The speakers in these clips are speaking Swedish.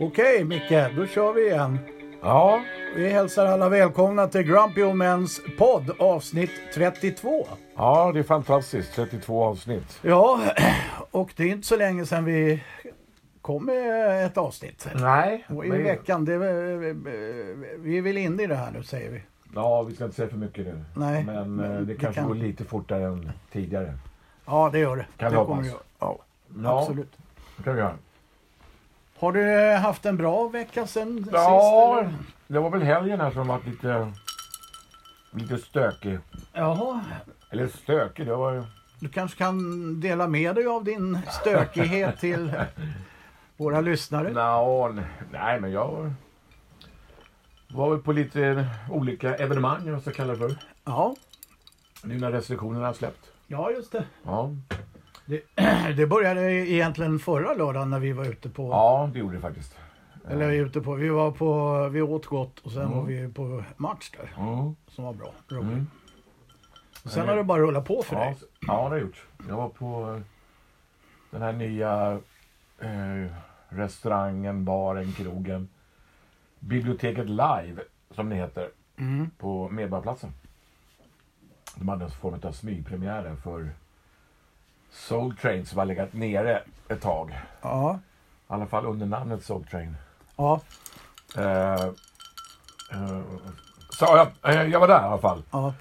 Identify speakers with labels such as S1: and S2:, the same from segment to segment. S1: Okej Micke, då kör vi igen.
S2: Ja,
S1: Vi hälsar alla välkomna till Grumpy Old Mens podd avsnitt 32.
S2: ja, det är fantastiskt. 32 avsnitt.
S1: Ja, och det är inte så länge sedan vi kom med ett avsnitt.
S2: Nej.
S1: Och i veckan, det, är- vi vill in i det här nu säger vi.
S2: Ja, vi ska inte säga för mycket nu.
S1: Nej,
S2: men,
S1: men
S2: eh, det
S1: vi
S2: kanske
S1: kan-
S2: går lite fortare än tidigare.
S1: Ja, det gör det.
S2: Kan vi
S1: det
S2: hoppas.
S1: det göra. Ja,
S2: Ja,
S1: absolut.
S2: det kan vi göra.
S1: Har du haft en bra vecka sen sist?
S2: Ja,
S1: eller?
S2: det var väl helgen här som var lite, lite stökig.
S1: Jaha,
S2: Eller stökig, det var ju...
S1: du kanske kan dela med dig av din stökighet till våra lyssnare.
S2: Nå, nej, men jag var, var väl på lite olika evenemang, eller vad man ska kalla det för.
S1: Ja,
S2: Nu när restriktionerna har släppt.
S1: ja just det.
S2: Ja.
S1: Det, det började egentligen förra lördagen när vi var ute på...
S2: ja, det gjorde det faktiskt.
S1: Eller vi, ute på, vi var på... Vi åt gott och sen var vi på match där.
S2: Mm.
S1: Som var bra. roligt.
S2: Mm.
S1: Sen har det bara rullat på för
S2: Ja,
S1: dig.
S2: ja, det har jag gjort. Jag var på eh, den här nya eh, restaurangen, baren, krogen. Biblioteket Live, som det heter,
S1: Mm.
S2: på Medborgarplatsen. De hade en form av smygpremiär där för Soul Train som har legat nere ett tag. I
S1: Ja.
S2: alla fall under namnet Soul Train.
S1: Ja.
S2: Eh, eh, så, ja, eh, jag var där i alla fall
S1: Ja.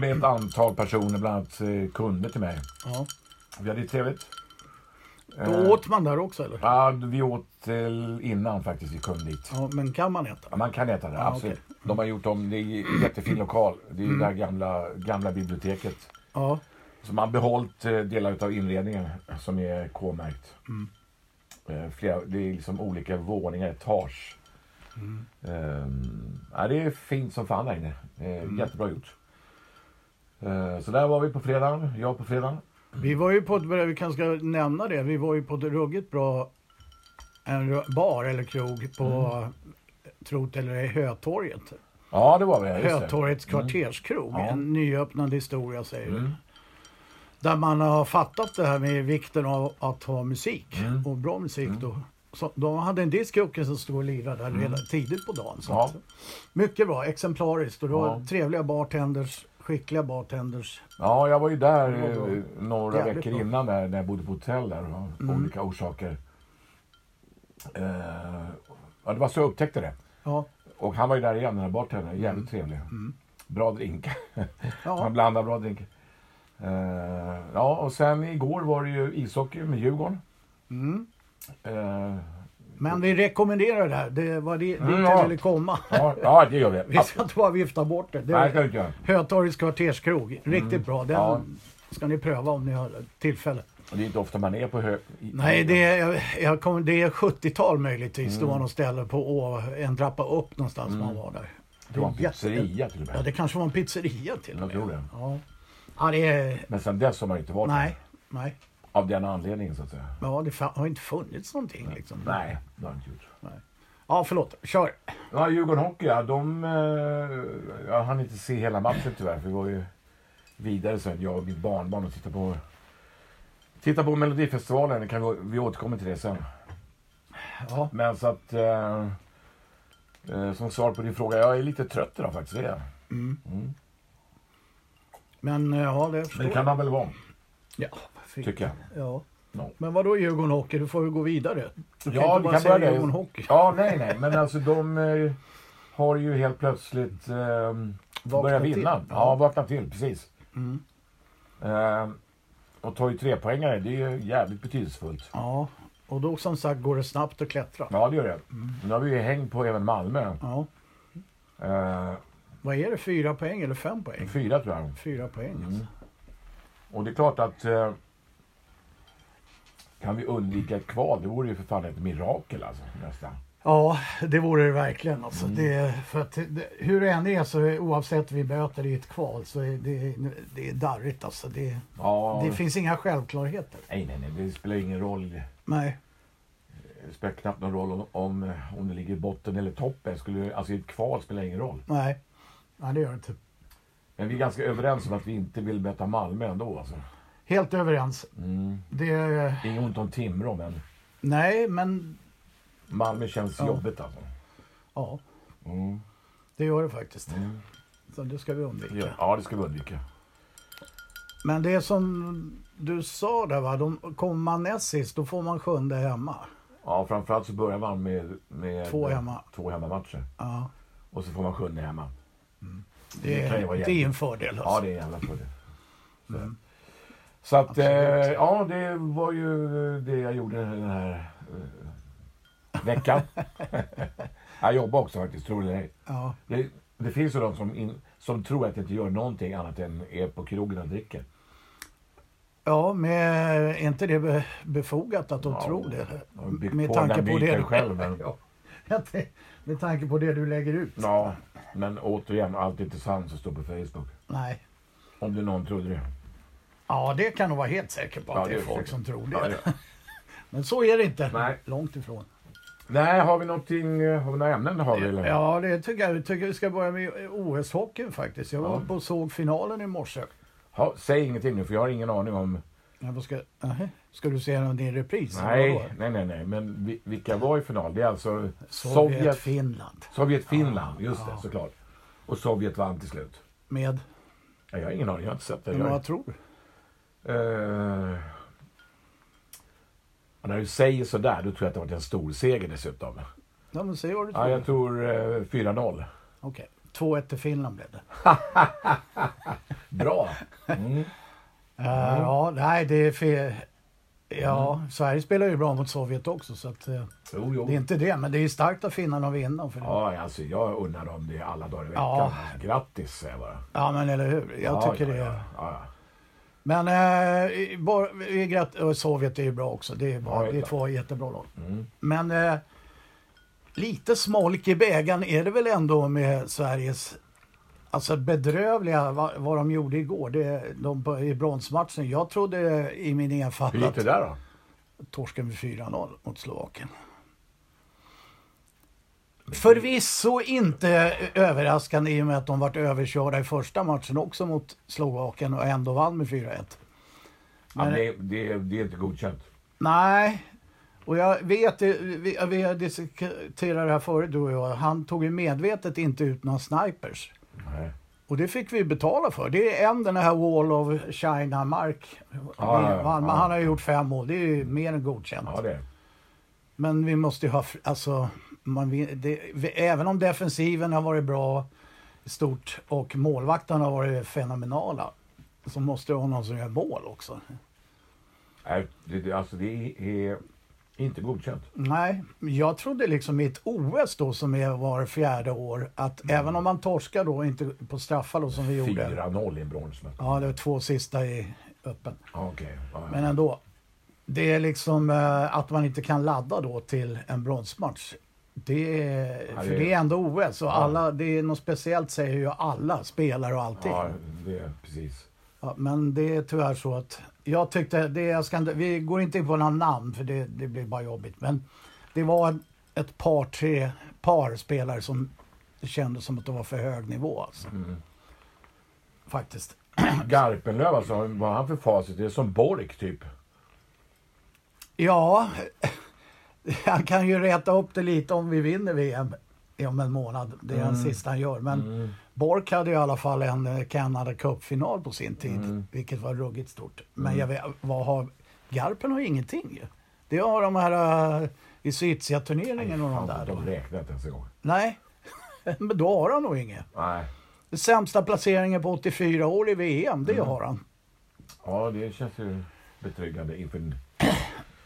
S2: med ett antal personer, bland annat eh, kunder till mig.
S1: ja.
S2: Vi hade ju trevligt. Eh,
S1: Då åt man där också eller?
S2: Ja, vi åt till innan faktiskt vi kom dit.
S1: Ja, men kan man äta?
S2: Ja, Man kan äta där,
S1: Ja,
S2: absolut. De har gjort om, det är en jättefin lokal. Det är ju
S1: Mm.
S2: det här gamla, gamla biblioteket.
S1: Ja.
S2: Så man har behållit eh, delar av inredningen som är K-märkt.
S1: Mm.
S2: Eh, Flera, det är liksom olika våningar, etage.
S1: Mm.
S2: Ehm, ja, det är fint som fan där inne. Eh,
S1: Mm.
S2: Jättebra gjort. Eh, så där var vi på fredagen, jag på fredagen.
S1: Vi var ju på ett, vi kanske ska nämna det, vi var ju på ett ruggigt bra en ru- bar eller krog på Trot eller Hötorget.
S2: Ja, det var vi. just det. Mm.
S1: Hötorgets kvarterskrog,
S2: Ja. Mm.
S1: en nyöppnad historia säger du. Där man har fattat det här med vikten av att ha musik
S2: Mm.
S1: och bra musik då. Så de hade en diskjockey som stod och lirade där redan tidigt på dagen. Så
S2: Mm. Ja.
S1: att, mycket bra, exemplariskt och det var
S2: Ja.
S1: trevliga bartenders, skickliga bartenders.
S2: Ja, jag var ju där
S1: Det var
S2: eh, några
S1: jävligt
S2: veckor
S1: bra. Mm.
S2: innan där, när jag bodde på hotell där av olika orsaker. Eh, ja, det var så jag upptäckte det.
S1: Ja,
S2: Och han var ju där igen, den här bartendern. Jävligt trevlig. Bra drink.
S1: Mm. ja.
S2: han blandar bra drink. Eh, ja, och sen igår var det ju ishockey med Djurgården.
S1: Mm.
S2: Eh,
S1: Men vi rekommenderar det här. Det var det, dit
S2: Mm,
S1: jag
S2: ja.
S1: ville komma.
S2: ja, ja, det gör vi. Alltså,
S1: Vi ska inte bara vifta bort det. det
S2: Nej, det ska vi
S1: var
S2: inte göra.
S1: Hötorgets kvarterskrog. Riktigt bra. Den
S2: Ja.
S1: ska ni pröva om ni har tillfälle.
S2: Och det är inte ofta man är på hög... i-
S1: Nej, det är, jag, jag kommer, det är 70-tal möjligtvis. Det
S2: Mm.
S1: var något ställe på å, en trappa upp någonstans man var där.
S2: Det var en
S1: är jätte-
S2: pizzeria till och med.
S1: Ja, det kanske var en pizzeria till och
S2: Jag
S1: med.
S2: tror det.
S1: Ja, ja det är...
S2: Men sen dess har man ju inte varit
S1: Nej,
S2: där.
S1: nej.
S2: Av den anledningen så att säga.
S1: Ja, det fa- har inte funnits någonting liksom.
S2: Nej, det har jag inte gjort.
S1: Nej. Ja, förlåt. Kör.
S2: Ja, Djurgården Hockey, ja, de... Eh, jag hann inte se hela matchen tyvärr, för vi var ju vidare sen, jag och mitt barnbarn, och tittade på... Titta på Melodifestivalen, det kan vi, vi återkommer till det sen.
S1: Ja,
S2: Men så att... Eh, eh, som svar på din fråga, jag är lite trött idag faktiskt, det är jag.
S1: Mm.
S2: Mm.
S1: men eh, ja, det förstår
S2: Men det kan
S1: jag.
S2: man väl vara,
S1: Ja, varför inte?
S2: tycker jag.
S1: Ja.
S2: No.
S1: Men vadå Djurgården Hockey? Du får ju gå vidare. Du kan
S2: Ja,
S1: inte
S2: vi
S1: bara
S2: kan
S1: säga
S2: börja
S1: Djurgården
S2: där.
S1: Hockey.
S2: Ja, nej, nej, men alltså de eh, har ju helt plötsligt eh, börjat
S1: till.
S2: vinna.
S1: Ja.
S2: Ja, vaknat till, precis.
S1: Mm.
S2: Eh, och tar ju tre poängare, det är ju jävligt betydelsefullt.
S1: Ja, och då som sagt går det snabbt att klättra.
S2: Ja, det gör det. Nu har vi ju häng på även Malmö.
S1: Ja.
S2: Eh,
S1: Vad är det? Fyra poäng eller fem poäng?
S2: fyra tror jag.
S1: Fyra poäng.
S2: Mm.
S1: Alltså.
S2: Och det är klart att eh, kan vi undvika ett kval, det vore ju för fan ett mirakel alltså, nästan.
S1: Ja, det vore det verkligen. Alltså.
S2: Mm.
S1: Det, för att, det, hur det än är, så oavsett vi böter i ett kval, så är det, det är darrigt. Alltså. Det,
S2: Ja,
S1: det finns inga självklarheter.
S2: nej, nej, nej, det spelar ingen roll.
S1: Nej.
S2: Det spelar knappt någon roll om, om, eh, om det ligger i botten eller toppen. Skulle, alltså i ett kval spelar ingen roll.
S1: Nej, Nej det gör det inte.
S2: Men vi är ganska överens om att vi inte vill möta Malmö ändå. Alltså.
S1: Helt överens.
S2: Mm.
S1: Det,
S2: Inget ont om Timrå, men
S1: nej, men
S2: Malmö känns
S1: Ja.
S2: jobbigt alltså.
S1: ja,
S2: Mm.
S1: det gör det faktiskt.
S2: Mm.
S1: Så det ska vi undvika.
S2: Ja, det ska vi undvika.
S1: Men det är som du sa där va, de, kommer man näst sist då får man sjunde hemma.
S2: Ja, framförallt så börjar man med, med
S1: Två hemma.
S2: två hemmamatcher.
S1: Ja,
S2: Och så får man sjunde hemma.
S1: det,
S2: Det kan ju
S1: är,
S2: vara
S1: det är en
S2: jävligt.
S1: fördel.
S2: Ja,
S1: Alltså. Mm.
S2: det är en jävla fördel. Så, så att, eh, ja, det var ju det jag gjorde den här eh, veckan. jag jobbade också faktiskt, tror det eller ej.
S1: Ja,
S2: Det, det finns ju de som, in, som tror att jag inte gör någonting annat än är på krogen och dricker.
S1: ja, men är inte det be- befogat att de
S2: Ja,
S1: tror det?
S2: Jag har byggt
S1: Med
S2: på
S1: tanke
S2: den
S1: på
S2: myten
S1: det du-
S2: själv. Men,
S1: Ja. Med tanke på det du lägger ut?
S2: ja, men återigen, allt är inte sant som står på Facebook.
S1: Nej.
S2: Om det någon trodde det.
S1: Ja, det kan du vara helt säker på att
S2: Ja,
S1: det är folk som tror det.
S2: Ja, det-
S1: Men så är det inte.
S2: Nej.
S1: Långt ifrån.
S2: Nej, har vi någonting, eh, har vi några ämnen? Har vi, eller?
S1: Ja, det tycker jag. tycker vi ska börja med OS-hockeyn faktiskt. Jag var
S2: Ja.
S1: på och såg finalen i morse.
S2: Ha, säg ingenting nu för jag har ingen aning om...
S1: Jag bara ska, Aha. ska du se din repris?
S2: Nej, nej, nej, nej. men vi, vilka var i final? Det är alltså
S1: Sovjet,
S2: Sovjet,
S1: Finland.
S2: Sovjet Finland, just
S1: Ja.
S2: det såklart. Och Sovjet vann till slut.
S1: Med,
S2: Ja, Jag har ingen aning, jag har inte sett det.
S1: men
S2: Jag,
S1: vad tror du?
S2: eh, och när du säger sådär, då tror jag att det var en stor seger dessutom.
S1: Ja, men säg vad du
S2: Ja,
S1: tror.
S2: jag tror eh, 4-0.
S1: Okej. 2-1 till Finland blev det.
S2: Bra! Mm.
S1: Eh, ja, nej, det är fel. Ja,
S2: Mm.
S1: Sverige spelar ju bra mot Sovjet också, så att, eh,
S2: Jo,
S1: det är
S2: jo.
S1: inte det. Men det är ju starkt av finnarna att vinna. För det.
S2: Ja, alltså, jag unnar dem det alla dagar i veckan.
S1: Ja.
S2: Grattis säger jag bara.
S1: Ja, men eller hur? Jag
S2: Ja,
S1: tycker
S2: ja,
S1: det.
S2: Ja, ja,
S1: Men eh, i- bara- vi är gratt- och Sovjet är ju bra också. Det är, bra.
S2: Ja,
S1: det är
S2: ja.
S1: två jättebra lag.
S2: ja. Mm.
S1: Men eh, lite smolk i bägaren är det väl ändå med Sveriges alltså bedrövliga, vad, vad de gjorde igår det, de, på- i bronsmatchen. Jag trodde i min
S2: Hur
S1: enfald
S2: gick det
S1: att
S2: där då?
S1: torsken med 4-0 mot Slovakien. Förvisso inte överraskande i och med att de vart överkörda i första matchen också mot Slovakien och ändå vann med 4-1.
S2: Ja,
S1: Men-
S2: det, det, det är inte godkänt.
S1: Nej. Och jag vet, eh, vi, vi har diskuterat det här förut du och jag. Han tog ju medvetet inte ut några snipers.
S2: Nej.
S1: Och det fick vi betala för. Det är en den här Wall of China-mark.
S2: ja, ja.
S1: han, han har ju gjort fem mål. Det är ju mer än godkänt.
S2: Ja, det är det.
S1: Men vi måste ju ha... fr- Alltså, man, vi- det, vi, även om defensiven har varit bra i stort och målvakterna har varit fenomenala så måste du ha någon som gör mål också.
S2: Nej, det, det- alltså det är inte godkänt.
S1: Nej, jag trodde liksom i ett OS då som är var fjärde år att även om man torskar då inte på straffar då som vi gjorde.
S2: 4-0 i en bronsmatch.
S1: Ja, det var två sista i öppen.
S2: Ja, okej. Ja,
S1: Men ändå. Det är liksom eh, att man inte kan ladda då till en bronsmatch. Det är,
S2: Ja, det-
S1: för det är ändå OS och alla, det är något speciellt säger ju alla spelare och allting.
S2: ja, det är precis.
S1: Ja, men det är tyvärr så att jag tyckte, det, jag ska inte, vi går inte in på några namn för det, det blir bara jobbigt. Men det var ett par, tre par spelare som det kändes som att det var för hög nivå alltså.
S2: Mm.
S1: Faktiskt.
S2: Garpenlöv alltså, vad har han för facit? Det är som Bork typ.
S1: Ja, han kan ju räta upp det lite om vi vinner VM om en månad. Det är
S2: Mm.
S1: den sista han gör. Men Bork hade ju i alla fall en eh, Canada Cup-final på sin tid,
S2: Mm.
S1: vilket var ruggigt stort. Men jag vet, vad har... Garpen har ju ingenting ju. Det har de här eh, i Sytia-turneringen och de
S2: Fan,
S1: där.
S2: De
S1: då.
S2: räknar inte ens en gång.
S1: Nej, men då har han nog inget.
S2: Nej.
S1: Den Sämsta placeringen på 84 år i VM, det
S2: Mm.
S1: har han.
S2: Ja, det känns ju betryggande inför... Men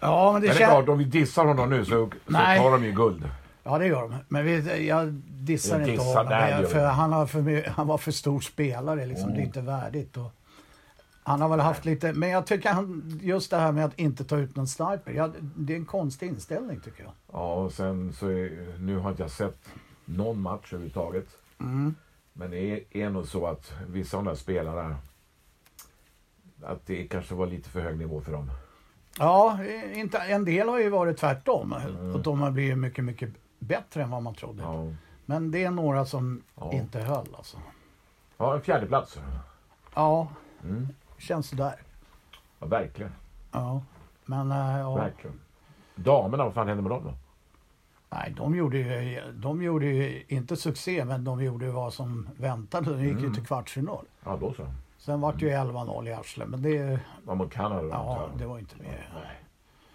S1: Ja, men
S2: det
S1: det
S2: är
S1: känns...
S2: klart, om vi dissar honom nu så, så
S1: Nej.
S2: tar de ju guld.
S1: Ja, det gör de. Men vi, jag dissar
S2: Jag
S1: inte
S2: dissar,
S1: honom.
S2: nej, det gör Mm.
S1: för
S2: jag.
S1: han, har för, my- han var för stor spelare. Liksom. Det är inte värdigt. Och Han har väl haft lite, men jag tycker han, just det här med att inte ta ut någon sniper, ja, det är en konstig inställning tycker jag.
S2: Ja, och sen så är, nu har inte jag sett någon match överhuvudtaget.
S1: Mm.
S2: Men det är, är nog så att vissa av de där spelarna, att det kanske var lite för hög nivå för dem.
S1: Ja, eh, inte, en del har ju varit tvärtom. Att de har blivit mycket, mycket bättre än vad man trodde.
S2: Mm. Ja,
S1: Men det är några som
S2: Ja.
S1: inte höll alltså.
S2: ja en fjärde plats.
S1: Ja,
S2: Mm.
S1: känns sådär.
S2: Ja, verkligen.
S1: Ja. Men eh, ja,
S2: verkligen. Damerna, vad fan hände med dem då?
S1: nej, de, gjorde ju, de gjorde ju inte succé, men de gjorde ju vad som väntade. De gick ju till kvartsfinal.
S2: Ja, då så.
S1: Sen vart det ju 11-0 i arslet, men det,
S2: Var mot Kanada då?
S1: ja,
S2: antar jag.
S1: det var inte mer
S2: Nej.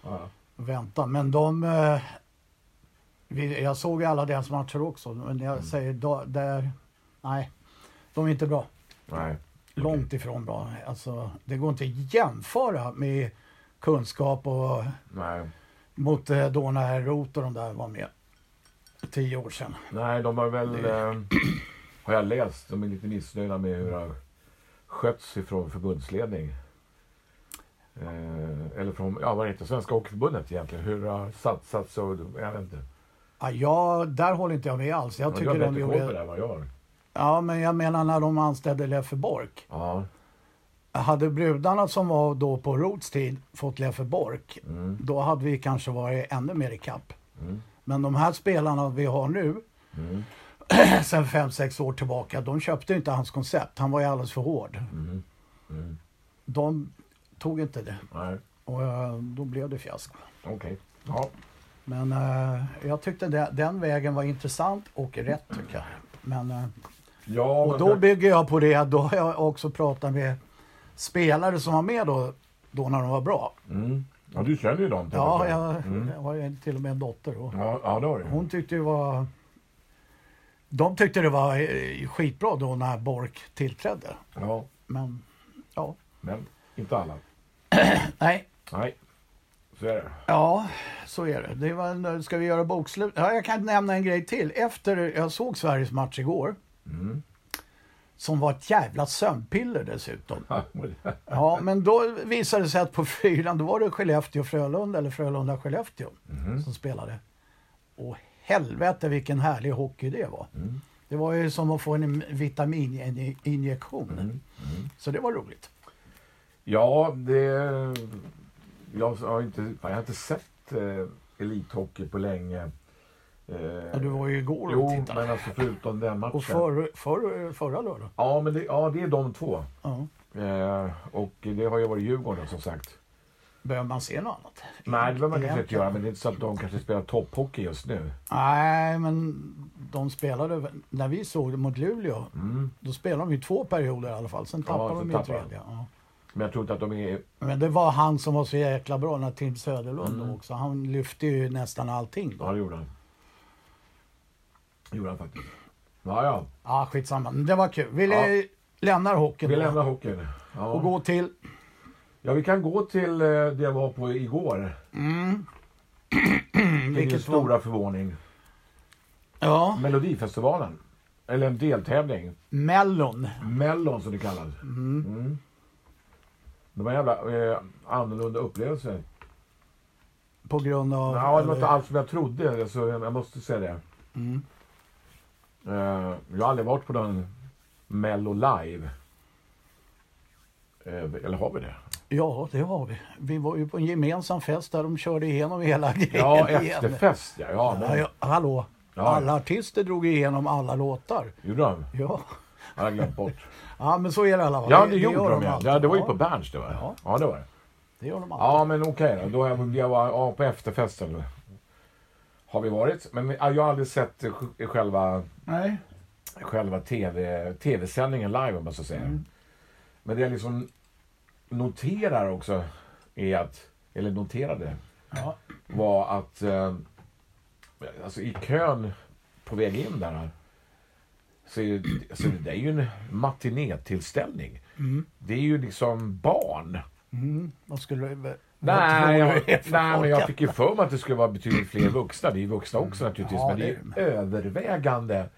S2: Ja.
S1: att vänta. Men de... eh, vi- Jag såg ju alla deras matcher också, men jag säger da- där... Nej, de är inte bra.
S2: Nej.
S1: Långt ifrån bra. Alltså, det går inte att jämföra med kunskap och
S2: Nej.
S1: mot eh, då när Roth och de där var med. Tio år sedan.
S2: Nej, de har väl... Eh, har jag läst. De är lite missnöjda med hur det har skötts ifrån förbundsledning. Eh, eller från, ja vad heter det, Svenska Hockeyförbundet egentligen. Hur det har satsats och, jag vet inte.
S1: Ja, jag, där håller inte jag med alls. Jag
S2: Men du har
S1: tycker de
S2: bättre koll på det
S1: gjorde...
S2: här än vad jag har.
S1: Ja, men jag menar när de anställde Leffe Bork.
S2: Ja.
S1: Hade brudarna som var då på Roths tid fått Leffe Bork,
S2: mm.
S1: då hade vi kanske varit ännu mer i kapp. Men de här spelarna vi har nu,
S2: Mm.
S1: sen 5-6 år tillbaka, de köpte ju inte hans koncept. Han var ju alldeles för hård.
S2: Mm.
S1: De tog inte det
S2: Nej.
S1: och eh, då blev det fiasko.
S2: Okej. Ja.
S1: Men eh, jag tyckte det, den vägen var intressant och rätt tycker jag. Men, eh,
S2: ja
S1: och
S2: men-
S1: då bygger jag på det att då har jag också pratat med spelare som var med då, då när de var bra.
S2: mm. Ja, du känner ju dem.
S1: Ja,
S2: ja.
S1: jag, jag har ju till och med en dotter. Och
S2: Ja, ja det har du.
S1: hon tyckte ju var... De tyckte det var eh, skitbra då när Bork tillträdde.
S2: Ja,
S1: Men ja,
S2: men inte alla.
S1: nej,
S2: Nej, så är det.
S1: Ja, så är det. det var, nu ska vi göra bokslut? Ja, jag kan nämna en grej till. Efter jag såg Sveriges match igår. Som var ett jävla sömnpiller dessutom.
S2: Ja, men-
S1: Ja, men då visade det sig att på fyran då var det Skellefteå-Frölunda eller Frölunda-Skellefteå
S2: Mm.
S1: som spelade. Och helvete vilken härlig hockey det var.
S2: Mm.
S1: Det var ju som att få en vitamininjektion.
S2: Mm.
S1: Så det var roligt.
S2: Ja, det... Jag har inte, fan, jag har inte sett eh, elithockey på länge. Eh,
S1: Ja, du var ju igår och
S2: jo,
S1: tittade.
S2: men alltså förutom den matchen.
S1: Och för, för, förra lördagen.
S2: Ja, men det, ja, det är de två.
S1: Ja.
S2: Eh, och det har ju varit Djurgården som sagt.
S1: Behöver man se något annat?
S2: Nej, det behöver man kanske inte
S1: Egentligen.
S2: göra, men det är inte så att de kanske spelar topphockey just nu.
S1: Nej, men de spelade... När vi såg det mot Luleå, då spelade de ju två perioder i alla fall. Sen tappade
S2: Mm. sen
S1: de ju
S2: tappade de.
S1: tredje. Ja.
S2: Men jag tror inte att de är...
S1: Men det var han som var så jäkla bra, när Tim Söderlund också. Han lyfte ju nästan allting då.
S2: Mm. Ja, det gjorde han. Det gjorde han faktiskt. Ja, ja.
S1: Ja, skitsamma. Men det var kul. Vi lä- lämnar hockeyn
S2: Vi
S1: då.
S2: lämnar hockeyn. Ja.
S1: och går till...
S2: Ja, vi kan gå till eh, det jag var på igår. Till din
S1: Mm, Vilket var-
S2: stora förvåning.
S1: Ja,
S2: Melodifestivalen. Eller en deltävling.
S1: Mellon.
S2: Mellon som det kallas. Mm. Det var en jävla eh, annorlunda upplevelse.
S1: På grund av...
S2: Ja, det var inte alls som jag trodde. Alltså, jag jag måste säga det. Mm. Eh, jag har aldrig varit på någon Mello live. Eh, eller har vi det?
S1: eh, Ja, det har vi. Vi var ju på en gemensam fest där de körde igenom hela grejen
S2: Ja,
S1: igen.
S2: efterfest ja. ja,
S1: Ja,
S2: men,
S1: ja, hallå.
S2: Ja.
S1: Alla artister drog igenom alla låtar.
S2: Gjorde de?
S1: Ja.
S2: Jag har glömt bort.
S1: ja, men så är det i alla fall.
S2: Ja, det, gjorde
S1: gör
S2: de, ja.
S1: alltid.
S2: ja. Det var ju på Berns det var. Ja,
S1: Ja.
S2: ja det var det.
S1: Det gör de alltid.
S2: Ja, men okej då. Då är jag, jag var ja, på efterfesten. Har vi varit. Men vi- ja, jag har aldrig sett eh, sj- själva,
S1: Nej.
S2: själva TV, tv-sändningen live, om man så säger. Men det jag liksom noterar också är att, eller noterade,
S1: Ja.
S2: var att eh, alltså i kön på väg in där så är, ju- alltså det är ju en matinétillställning. Det är ju liksom barn.
S1: Mm. Vad skulle du... vad
S2: Nej,
S1: tror
S2: jag,
S1: du det är för
S2: nej
S1: folk?
S2: men jag fick ju för mig att det skulle vara betydligt fler vuxna. Vi är vuxna också naturligtvis,
S1: Ja,
S2: men det är
S1: det
S2: ju övervägande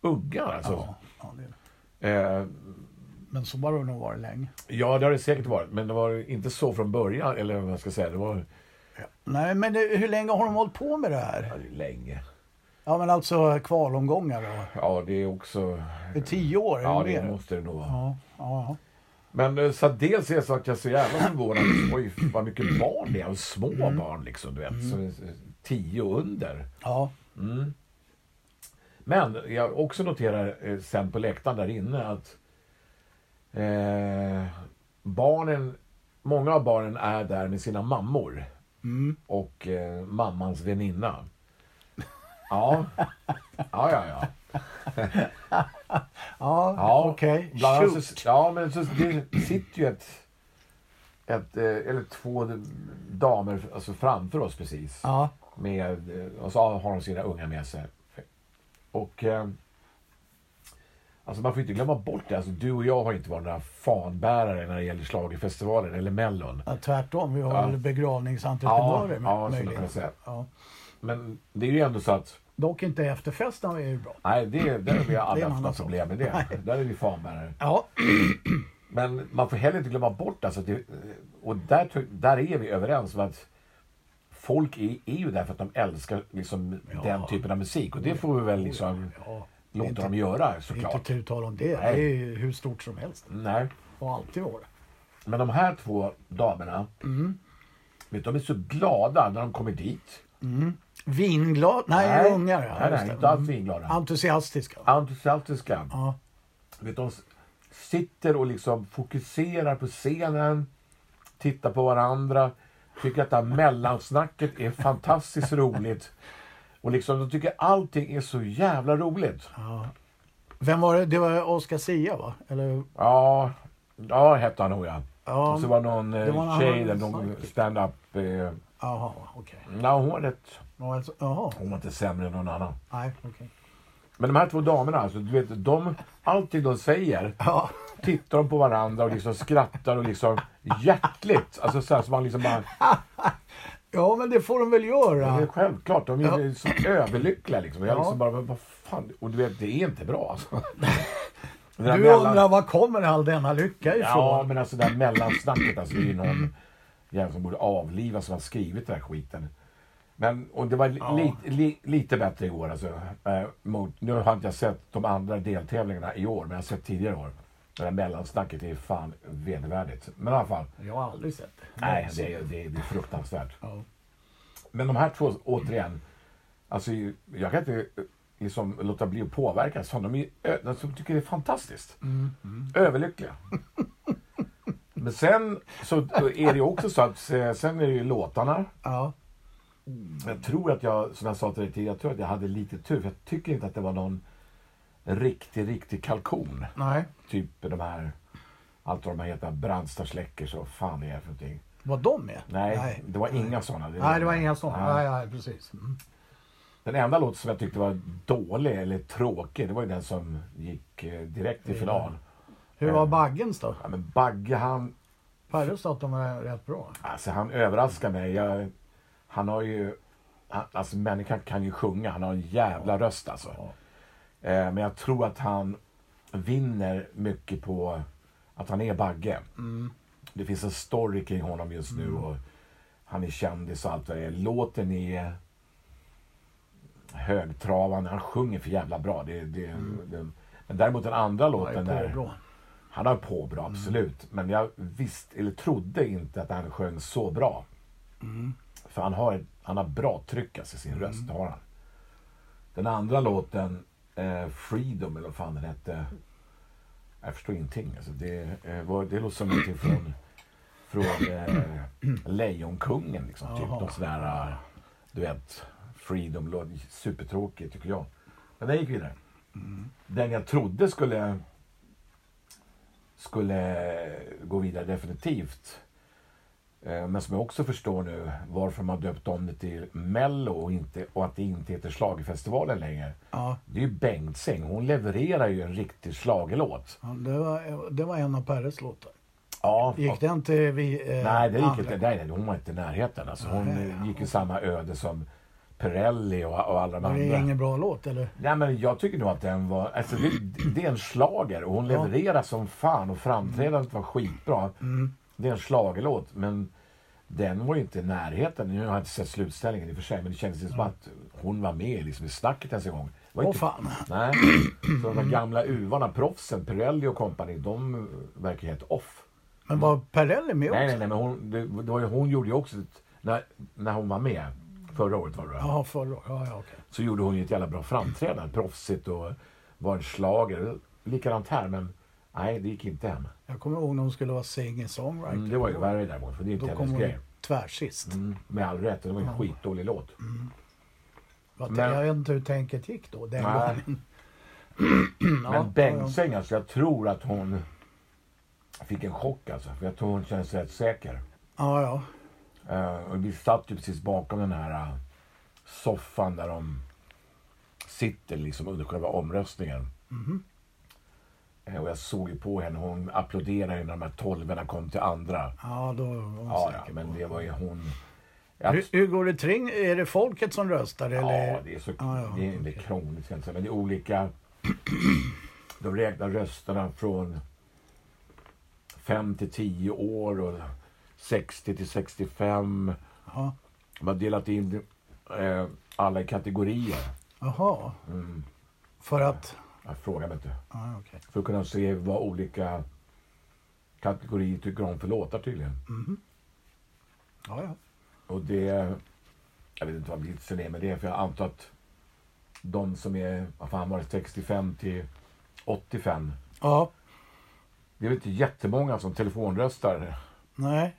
S2: ungar alltså.
S1: Ja, det är det.
S2: Eh,
S1: Men så har det nog varit länge.
S2: Ja, det har det säkert varit. Men det var inte så från början. Eller vad man ska säga. Det var
S1: Nej, men det- hur länge har de hållit på med det
S2: ja,
S1: här?
S2: det är länge.
S1: Ja, men alltså kvalomgångar då?
S2: Ja, det är också...
S1: För tio år?
S2: Ja,
S1: eller
S2: det
S1: mer?
S2: måste det nog vara.
S1: ja, ja.
S2: Men eh, så att dels är det så att jag är så jävla förvånad. Oj, vad mycket barn det är. Och små
S1: Mm.
S2: barn liksom, du vet. Så, eh, tio och under.
S1: ja.
S2: Men jag också noterar eh, sen på läktaren där inne att eh, barnen, många av barnen är där med sina mammor och eh, mammans väninna. Ja, ja, ja. ja.
S1: Ja,
S2: ja
S1: okej.
S2: Bland annat
S1: Shoot.
S2: så, ja, men så det sitter ju ett, ett, eh, eller två damer alltså framför oss precis.
S1: Ja,
S2: Med, eh, och så har de sina unga med sig. Och... Eh, alltså man får inte glömma bort det. Alltså, du och jag har inte varit några fanbärare när det gäller schlagerfestivalen eller Mellon.
S1: ja, tvärtom. Vi har
S2: Ja.
S1: väl
S2: Ja,
S1: begravningsentreprenörer
S2: ja, skulle man
S1: möjligen.
S2: kunna säga.
S1: Ja.
S2: Men det är ju ändå så att...
S1: Dock inte efterfesten är ju bra.
S2: Nej, det, där har vi aldrig
S1: en
S2: haft
S1: annan
S2: några
S1: sak.
S2: problem med det. Där är vi fanbärare.
S1: Ja,
S2: Men man får heller inte glömma bort alltså, att det, Och där, ty- där är vi överens om att folk är, är ju där för att de älskar liksom, den typen av musik. Och det får vi väl liksom
S1: ja.
S2: låta
S1: Mm. Inte-
S2: dem göra
S1: det är inte
S2: såklart.
S1: tu tal om det.
S2: Nej.
S1: Det är ju hur stort som helst.
S2: Nej.
S1: Och alltid var det.
S2: Men de här två damerna,
S1: Mm.
S2: vet, du, de är så glada när de kommer dit.
S1: Vinglad? Nej,
S2: Nej,
S1: ungar ja.
S2: nej,
S1: just
S2: nej,
S1: det.
S2: inte alls
S1: Mm.
S2: vinglada.
S1: Entusiastiska.
S2: Entusiastiska.
S1: Ja.
S2: Vet, du, de s- sitter och liksom fokuserar på scenen, tittar på varandra, tycker att det här mellansnacket är fantastiskt roligt. Och liksom, de tycker allting är så jävla roligt.
S1: Vem var det? Det var Oscar Sia va? Eller?
S2: Ja, ja hette han nog ja.
S1: Ja,
S2: och så var någon eh,
S1: det var någon
S2: tjej där,
S1: annan
S2: någon
S1: snack.
S2: stand-up. Eh,
S1: Jaha, okej.
S2: ja, hon var rätt...
S1: Någon alltså- Jaha,
S2: Hon var inte sämre än någon annan.
S1: nej okej.
S2: Men de här två damerna, alltså, du vet, de, allting de säger
S1: Ja,
S2: tittar de på varandra och liksom skrattar och liksom hjärtligt. Alltså så här som man liksom bara...
S1: ja, men det får de väl
S2: Det är
S1: göra.
S2: självklart, de är ju så överlyckliga liksom. Jag
S1: Ja.
S2: liksom bara, vad fan? Och du vet, det är inte bra alltså. Det där
S1: Du
S2: mellan-
S1: undrar var kommer all denna lycka
S2: Ja,
S1: ifrån?
S2: men alltså det där mellansnacket, alltså det är ju någon jävel som borde avlivas som har skrivit den här skiten. Men, och det var li, li, li, lite bättre i år alltså. Eh, mot, nu har inte jag sett de andra deltävlingarna i år, men jag har sett tidigare år. Det där mellansnacket är fan vedervärdigt. Men i alla fall.
S1: Jag har aldrig sett det.
S2: Nej, det, är- det, är- det är fruktansvärt.
S1: Ja.
S2: Men de här två, återigen. Alltså, jag kan inte eh, liksom, låta bli att påverkas. Fan, De, är, ju ö- de som tycker det är fantastiskt.
S1: Mm,
S2: Överlyckliga. Men sen så är det ju också så att eh, sen är det ju låtarna.
S1: Ja.
S2: Jag tror att jag, som jag sa till dig tidigare, jag tror att jag hade lite tur. För jag tycker inte att det var någon riktig, riktig kalkon.
S1: Nej.
S2: Typ de här, allt vad de här heter, Brandsta Schleckers och fan det är för någonting.
S1: Var de med?
S2: Nej,
S1: Nej,
S2: det var inga sådana.
S1: Nej, det var inga sådana.
S2: Nej.
S1: Nej, nej, precis. Mm.
S2: Den enda låt som jag tyckte var dålig eller tråkig, det var ju den som gick eh, direkt till final.
S1: Hur var Baggens då?
S2: Ja, men Bagge han,
S1: Perre sa att de var rätt bra.
S2: alltså han överraskar mig. Jag, han har ju, han, alltså människan kan ju sjunga, han har en jävla röst alltså. Eh, men jag tror att han vinner mycket på att han är Bagge.
S1: Mm.
S2: Det finns en story kring honom just nu och han är kändis och allt vad det är. Låten är högtravande, han sjunger för jävla bra. Det, det, det, men däremot den andra
S1: Mm. Det var ju
S2: låten där.
S1: bra.
S2: Han har påbrå, absolut. Men jag visste, eller trodde inte att han sjöng så bra. För han har, han har bra tryck alltså, i sin röst, det har han. Den andra låten, eh, Freedom, eller vad fan den hette. Jag förstår ingenting. Alltså, det, eh, var, det låter som någonting från, från eh, Lejonkungen. Liksom, typ någon sån där, eh, du vet, Freedom-låt. Supertråkig tycker jag. Men den gick vidare. Den jag trodde skulle skulle gå vidare definitivt. Eh, Men som jag också förstår nu varför man döpt om det till Mello och, inte, och att det inte heter Schlagerfestivalen längre.
S1: Ja,
S2: Det är ju Bengtzing. Hon levererar ju en riktig schlagerlåt.
S1: ja, det var, det var en av Perres låtar.
S2: Ja,
S1: Gick den till vi, eh,
S2: Nej, det gick
S1: andra?
S2: inte. Nej, nej, hon var inte i närheten. Alltså, hon
S1: Nej,
S2: eh, gick i samma öde som Perrelli och, och alla de
S1: Var
S2: andra.
S1: det ingen bra låt eller?
S2: Nej, men jag tycker nog att den var... Alltså, det, det är en slager och hon
S1: Ja.
S2: levererar som fan och framträdandet var skitbra.
S1: Mm.
S2: Det är en slagelåt men den var ju inte i närheten. Nu har jag inte sett slutställningen i och för sig men det kändes inte som att hon var med liksom, i snacket ens en gång. Det var
S1: Mm. Åh
S2: inte,
S1: fan.
S2: nej. Så de där gamla uvarna, proffsen, Pirelli och kompani, de verkar helt off.
S1: Men var Perrelli med
S2: Nej,
S1: också?
S2: nej, nej, men hon, det, det var ju, hon gjorde ju också... Ett, när, när hon var med, förra året var det va?
S1: Jaha, förra året. Ja, ja, okej.
S2: så gjorde hon ju ett jävla bra framträdande. Proffsigt och var en schlager. Likadant här, men nej, det gick inte hem.
S1: Jag kommer ihåg när hon skulle vara singer-songwriter.
S2: Mm, det var ju värre däremot, för det är inte
S1: Då kom
S2: hennes
S1: hon
S2: grej.
S1: ju tvärsist.
S2: Mm, med all rätt, och det var ju en skitdålig låt.
S1: Mm. Vad-
S2: Men-
S1: Jag vet inte hur tänket gick då den
S2: Nej.
S1: gången. Ja,
S2: Men
S1: ja,
S2: Bengtzing, alltså, jag tror att hon fick en chock alltså. För jag tror hon kändes rätt säker.
S1: ja. ja.
S2: Eh, och vi satt ju precis bakom den här eh, soffan där de sitter liksom under själva omröstningen.
S1: Mhm.
S2: Eh, och jag såg ju på henne, hon applåderade ju när de här tolvorna kom till andra.
S1: ja då var hon
S2: Ja,
S1: säker.
S2: ja, men det var ju hon. Jag,
S1: Hur, hur går det kring? Är det folket som röstar eller?
S2: ja, det är så
S1: Ja, ja,
S2: det är inte krångligt ska jag inte säga, men det är olika. De räknar rösterna från 5 till 10 år och 60 till 65.
S1: Ja.
S2: De har delat in eh, alla i kategorier.
S1: Jaha.
S2: Mm.
S1: För att?
S2: Jag frågar mig inte.
S1: Ja, okej.
S2: För att kunna se vad olika kategorier tycker om för låtar tydligen.
S1: Ja, ja.
S2: Och det... Jag vet inte vad blitzen är med det, för jag antar att de som är, vad fan var det, 65 till 85.
S1: Ja,
S2: Det är väl inte jättemånga som telefonröstar
S1: nej.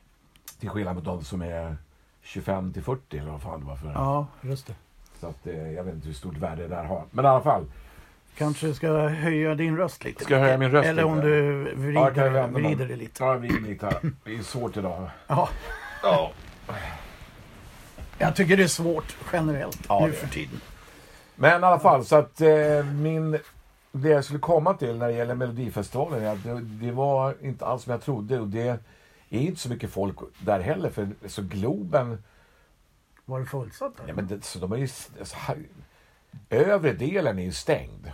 S2: till skillnad mot de som är 25 till 40 eller vad fan det var för.
S1: Ja, just det.
S2: Så att, eh, jag vet inte hur stort värde det där har. Men i alla fall.
S1: Kanske ska jag höja din röst lite.
S2: Ska jag höja min röst
S1: Eller om
S2: lite?
S1: du
S2: Ja, jag
S1: vrider,
S2: kan vända mig om.
S1: vrider det lite.
S2: Ja, jag vrider lite här. Det är svårt idag.
S1: Ja.
S2: Ja.
S1: Jag tycker det är svårt generellt
S2: Ja,
S1: nu
S2: det är
S1: för tiden.
S2: Men i alla fall, så att eh, min... Det jag skulle komma till när det gäller Melodifestivalen är att det, det var inte alls som jag trodde och det är inte så mycket folk där heller för så Globen,
S1: Var det fullsatt?
S2: ja,
S1: Där?
S2: men det, så de är ju... s- Så, här- övre delen är ju stängd.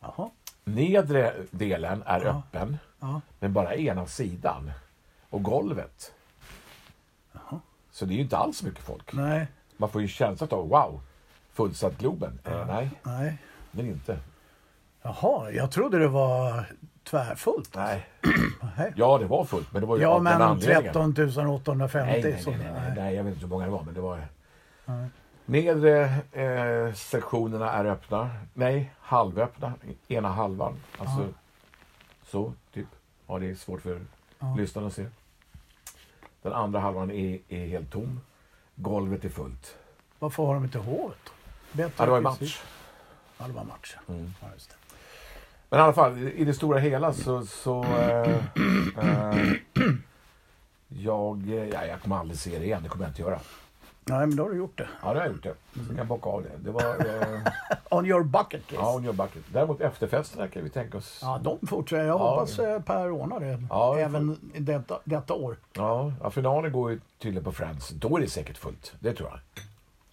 S1: Jaha.
S2: Nedre delen är öppen,
S1: Ja.
S2: men bara ena sidan. Och golvet. Så det är ju inte alls mycket folk.
S1: Nej,
S2: Man får ju känslan av wow, fullsatt Globen. Eh, nej,
S1: nej.
S2: men inte.
S1: Jaha, jag trodde det var tvärfullt.
S2: Nej.
S1: Nej.
S2: Ja, det var fullt, men det var ju
S1: Ja,
S2: av den
S1: men
S2: anledningen.
S1: 13 850.
S2: nej, nej,
S1: så-
S2: nej, nej, nej, nej, jag vet inte hur många det var, men det var... Nedre eh, sektionerna är öppna. Nej, halvöppna. Ena halvan. Alltså, så, typ. Ja, det är svårt för lyssnarna att se. Den andra halvan är, är helt tom. Golvet är fullt.
S1: Varför har de inte hovet? Bättre
S2: Ja, det var ju
S1: fysik.
S2: match. Mm.
S1: Ja, det var match. Ja, just det.
S2: Men i alla fall, i det stora hela så... så eh, eh, jag, eh, ja, jag kommer aldrig se det igen, det kommer jag inte göra.
S1: Nej, men då har du gjort det.
S2: Ja, det har jag gjort det. Mm. Så kan jag bocka av det. Det var... Eh,
S1: On your bucket list.
S2: ja, on your bucket. Däremot efterfesterna kan vi tänka oss. Ja,
S1: Ja, de fortsätter. Jag
S2: Ja.
S1: hoppas eh, Per ordnar det.
S2: Ja, vi
S1: Även i detta, detta år.
S2: ja, finalen går ju tydligen på Friends. Då är det säkert fullt. Det tror jag.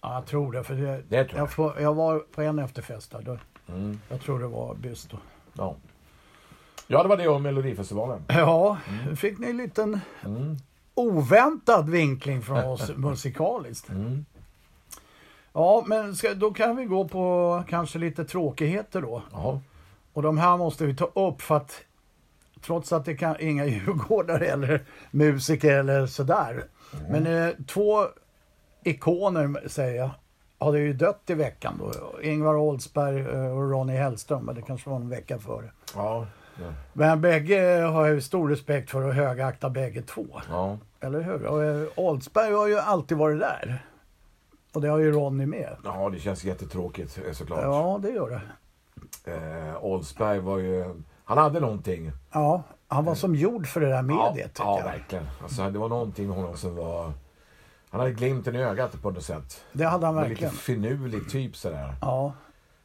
S1: Ja, jag tror det. För det,
S2: Det tror jag. Mm.
S1: jag, får, jag var på en efterfest där. Då, Jag tror det var Byst. då.
S2: Ja. Ja, det var det om Melodifestivalen.
S1: Ja, fick ni en liten
S2: Mm.
S1: oväntad vinkling från oss musikaliskt.
S2: Mm.
S1: Ja, men ska, då kan vi gå på kanske lite tråkigheter då.
S2: Jaha.
S1: Och de här måste vi ta upp för att trots att det kan inga djurgårdare eller musiker eller sådär. Men
S2: Mm.
S1: eh, två ikoner säger jag hade ju dött i veckan då. Ingvar Oldsberg eh, och Ronnie Hellström, men det kanske var en vecka före.
S2: Ja. Ja.
S1: Men bägge eh, har jag ju stor respekt för och högaktar bägge två.
S2: ja.
S1: Eller hur? Och eh, Oldsberg har ju alltid varit där. Och det har ju Ronnie med.
S2: Ja, det känns jättetråkigt eh, såklart.
S1: Ja, det gör det.
S2: Eh, Oldsberg var ju... Han hade någonting.
S1: Ja, han var som gjord för det där mediet. tycker
S2: Mm. ja, ja,
S1: jag.
S2: verkligen. Alltså, det var någonting med honom som var... Han hade glimten i ögat på något sätt.
S1: Det hade han
S2: var
S1: verkligen.
S2: Lite finurlig typ sådär.
S1: Ja,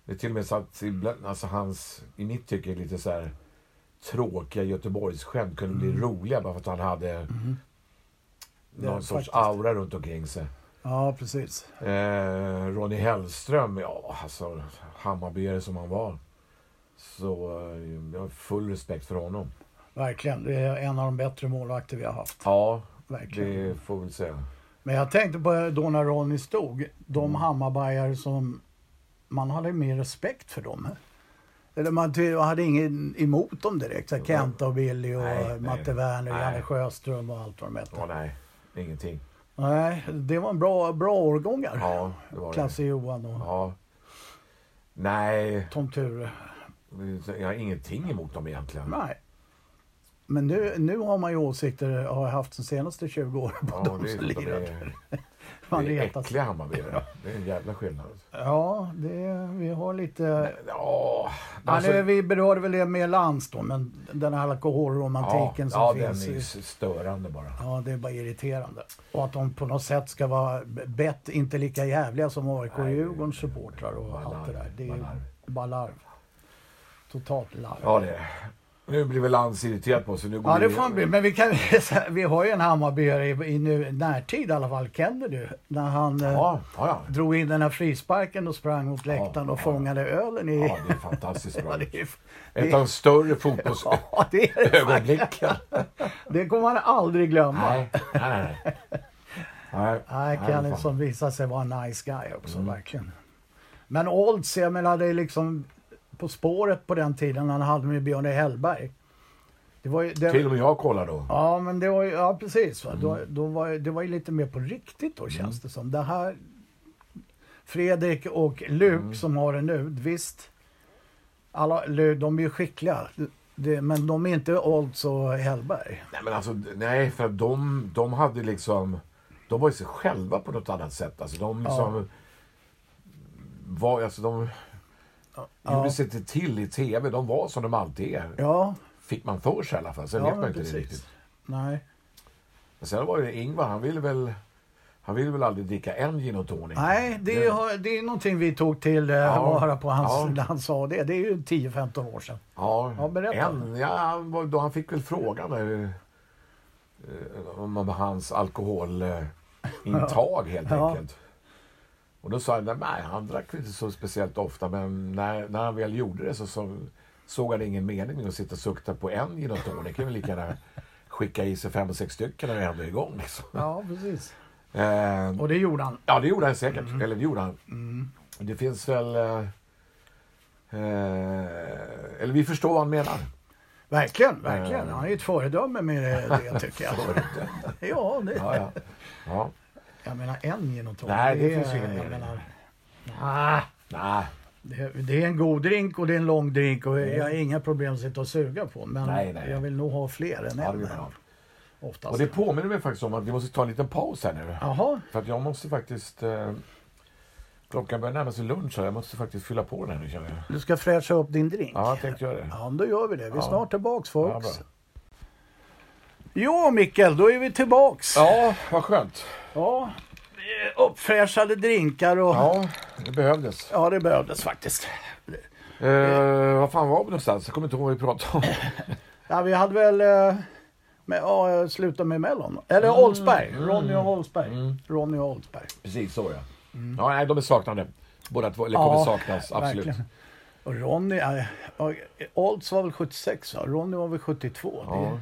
S2: Det är till och med så att ibland, alltså hans, i mitt tycke, lite så här tråkiga Göteborgsskämt
S1: Mm.
S2: kunde bli roliga bara för att han hade någon sorts
S1: Mm-hmm. faktiskt.
S2: aura runt omkring sig.
S1: Ja, precis.
S2: Eh, Ronny Hellström, ja alltså Hammarbyare som han var. Så eh, jag har full respekt för honom.
S1: Verkligen. Det är en av de bättre målvakter vi har haft.
S2: Ja,
S1: Verkligen.
S2: det får vi väl säga.
S1: Men jag tänkte på då när Ronny stod, de
S2: Mm.
S1: Hammarbajare som man hade mer respekt för dem. Eller man ty- hade ingen emot dem direkt. Så här Kenta och Billy och
S2: Nej, nej.
S1: Matte Werner,
S2: Nej.
S1: Janne Sjöström och allt vad de hette.
S2: Ja, nej, ingenting.
S1: Nej, det var en bra, bra årgångar.
S2: Ja, det var det.
S1: Klasse Johan och
S2: Ja. Nej,
S1: Tom Ture.
S2: jag har ingenting emot dem egentligen.
S1: Nej. Men nu, nu har man ju åsikter, har jag haft de senaste 20 åren på
S2: Ja,
S1: de
S2: det
S1: som
S2: är, det
S1: lirat.
S2: är,
S1: Man
S2: det är
S1: retas.
S2: äckliga Hammarbyare. Det är en jävla skillnad.
S1: Ja, det, vi har lite...
S2: Ja, alltså,
S1: Ja, nu, vi berörde väl det med Lantz då, men den här alkoholromantiken som
S2: ja,
S1: finns.
S2: den är
S1: i-
S2: ju störande bara.
S1: Ja, det är bara irriterande. Och att de på något sätt ska vara b- bett inte lika jävliga som AIK och
S2: Nej,
S1: Djurgårdens supportrar och
S2: bara
S1: allt det
S2: larv,
S1: där. Det är ju
S2: bara larv.
S1: bara larv. Totalt larv. Ja,
S2: Ja, det är det. Nu blir väl Lantz irriterad på oss. så Nu går
S1: det
S2: vi-
S1: får man bli. Men vi, kan, vi har ju en Hammarbyare i, i nu, närtid i alla fall. Kände du? När han eh,
S2: Ja, ja, ja.
S1: drog in den här frisparken och sprang mot läktaren och
S2: ja.
S1: fångade ölen i...
S2: ja det är fantastiskt bra.
S1: det är-
S2: Ett av de större fotbollsögonblicken.
S1: Ja, det, är, det. det kommer man aldrig glömma.
S2: Nej, nej, nej. Nej,
S1: Nej,
S2: nej,
S1: Kenny
S2: fan. Mm.
S1: som visar sig vara en nice guy också, verkligen. Men Olds, jag menar det är liksom På spåret på den tiden han hade med Björn E. Hellberg. Det var ju, det,
S2: Till och med jag kollar då.
S1: Ja, men det var ju, ja precis. Va? Då,
S2: Mm.
S1: då var, ju- det var ju lite mer på riktigt då känns det som. Det här Fredrik och Luke
S2: Mm.
S1: som har det nu, visst. Alla, Lu- de är ju skickliga. Det, men de är inte Olds och Hellberg.
S2: Nej, men alltså, nej för att de, de hade liksom... De var ju sig själva på något annat sätt. Alltså, de liksom... Var, alltså, de gjorde sig inte till i tv. De var som de alltid är.
S1: Ja,
S2: Fick man för sig i alla fall. Sen
S1: ja
S2: vet man
S1: men
S2: inte det
S1: precis.
S2: riktigt.
S1: Nej.
S2: Men sen var det Ingvar. Han ville väl... Han ville väl aldrig dricka en gin och tonic?
S1: Nej, det är, det är någonting vi tog till eh,
S2: Ja.
S1: vara på hans,
S2: Ja.
S1: när han sa det. Det är ju 10-15 år sedan.
S2: Ja,
S1: Ja, berätta.
S2: en. Ja, han, var, då han fick väl frågan där, eh, om, om hans alkoholintag helt
S1: Ja.
S2: enkelt. Och då sa han, nej han drack inte så speciellt ofta men när, när han väl gjorde det så, så såg han ingen mening med att sitta och sukta på en gin och tonic. kan väl lika gärna skicka i sig fem, sex stycken när det ändå är igång. Liksom.
S1: Ja, precis.
S2: Eh,
S1: Och det gjorde han.
S2: Ja, det gjorde han säkert.
S1: Mm.
S2: Eller det gjorde han. Det finns väl... Eh, eh, eller vi förstår vad han menar.
S1: Verkligen, verkligen. Han är ju ett föredöme med det tycker jag. ja, det,
S2: Ja, ja. ja.
S1: jag menar en gin och tonic.
S2: Nej, det finns
S1: är-
S2: ingen
S1: jag
S2: mening.
S1: menar, nah,
S2: Nej,
S1: det, det är en god drink och det är en lång drink och jag har inga problem att sitta och suga på. Men
S2: Mm. Nej, nej.
S1: jag vill nog ha fler än
S2: ja, det
S1: en.
S2: vill han.
S1: Oftast.
S2: Och det påminner mig faktiskt om att vi måste ta en liten paus här nu.
S1: Jaha,
S2: För att jag måste faktiskt... Eh, klockan börjar närma sig lunch här. Jag måste faktiskt fylla på den här nu känner jag.
S1: du ska fräscha upp din drink.
S2: Ja, jag tänkte göra det.
S1: Ja, men då gör vi det. Vi är
S2: Ja.
S1: snart tillbaks
S2: Ja,
S1: folks.
S2: bra.
S1: Jo, Mikael, då är vi tillbaks. Ja.
S2: Ja, vad skönt.
S1: eh, uppfräschade drinkar och... Ja.
S2: Ja, det behövdes.
S1: det behövdes faktiskt.
S2: Eh, vad fan var vi någonstans? Jag kommer inte ihåg vad vi pratade om.
S1: Ja, vi hade väl... eh, Med, ja, sluta med Mellon. Eller
S2: Mm.
S1: Oldsberg. Ronny och Oldsberg. Ronny och Oldsberg.
S2: Precis så ja. Mm. Ja, nej, de är saknade. Båda två. Eller kommer
S1: Ja,
S2: saknas, absolut.
S1: verkligen. Och Ronny... eh, ja, Olds var väl 76, va? Ronny var väl 72. Ja. Det,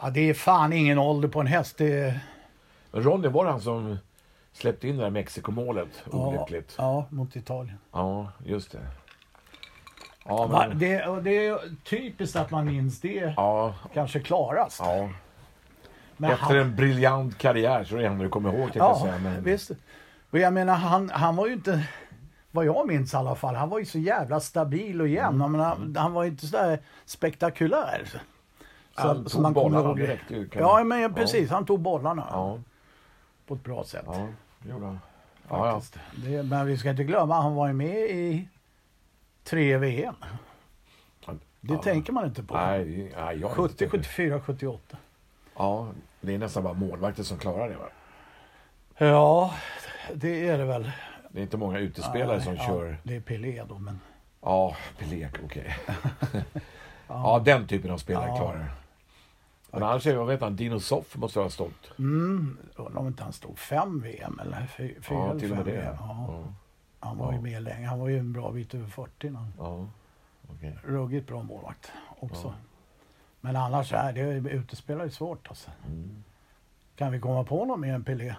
S1: ja, det är fan ingen ålder på en häst. Det är,
S2: Men Ronny var han som släppte in det där Mexikomålet
S1: ja,
S2: olyckligt. Ja,
S1: ja, mot Italien.
S2: just det. Ja,
S1: Va,
S2: men,
S1: det, och det är typiskt att man minns det
S2: ja,
S1: kanske klarast.
S2: ja.
S1: Men
S2: Efter en briljant karriär så är det enda du kommer ihåg tänkte jag
S1: ja,
S2: säga. Men,
S1: visst. Och jag menar, han, han var ju inte, vad jag minns i alla fall, han var ju så jävla stabil och
S2: Mm.
S1: jämn. Jag Menar, han var ju inte sådär spektakulär. Så,
S2: Han
S1: så
S2: tog
S1: kommer
S2: bollarna
S1: ihåg det.
S2: direkt ur, kan
S1: Ja,
S2: man-
S1: men
S2: ja.
S1: precis. Han tog bollarna
S2: ja,
S1: på ett bra sätt.
S2: ja, det gjorde han. Ja, ja.
S1: Faktiskt. Det, men vi ska inte glömma, han var ju med i tre VM. Det
S2: ja.
S1: tänker man inte på.
S2: Nej, nej, jag
S1: 70,
S2: 70.
S1: 74, 78.
S2: Ja, det är nästan bara målvakter som klarar det va?
S1: Ja, det är det väl.
S2: Det är inte många utespelare som
S1: ja,
S2: kör.
S1: Det är Pelé då, men...
S2: Ja, Pelé, okej. ja. den typen av spelare
S1: Ja.
S2: klarar det. Men annars är jag vet inte, Dino Soff måste vara stolt.
S1: Mm, undrar om inte han stod fem VM eller fy- fyra
S2: ja,
S1: eller
S2: till och
S1: fem
S2: med
S1: VM.
S2: det.
S1: Ja.
S2: Ja.
S1: Han var ju
S2: Ja.
S1: med länge. Han var ju en bra bit över 40 när han.
S2: Ja. Okej.
S1: Ruggigt bra målvakt också.
S2: Ja.
S1: Men annars, är det utespelare är svårt alltså.
S2: Mm.
S1: Kan vi komma på någon mer än Pelé?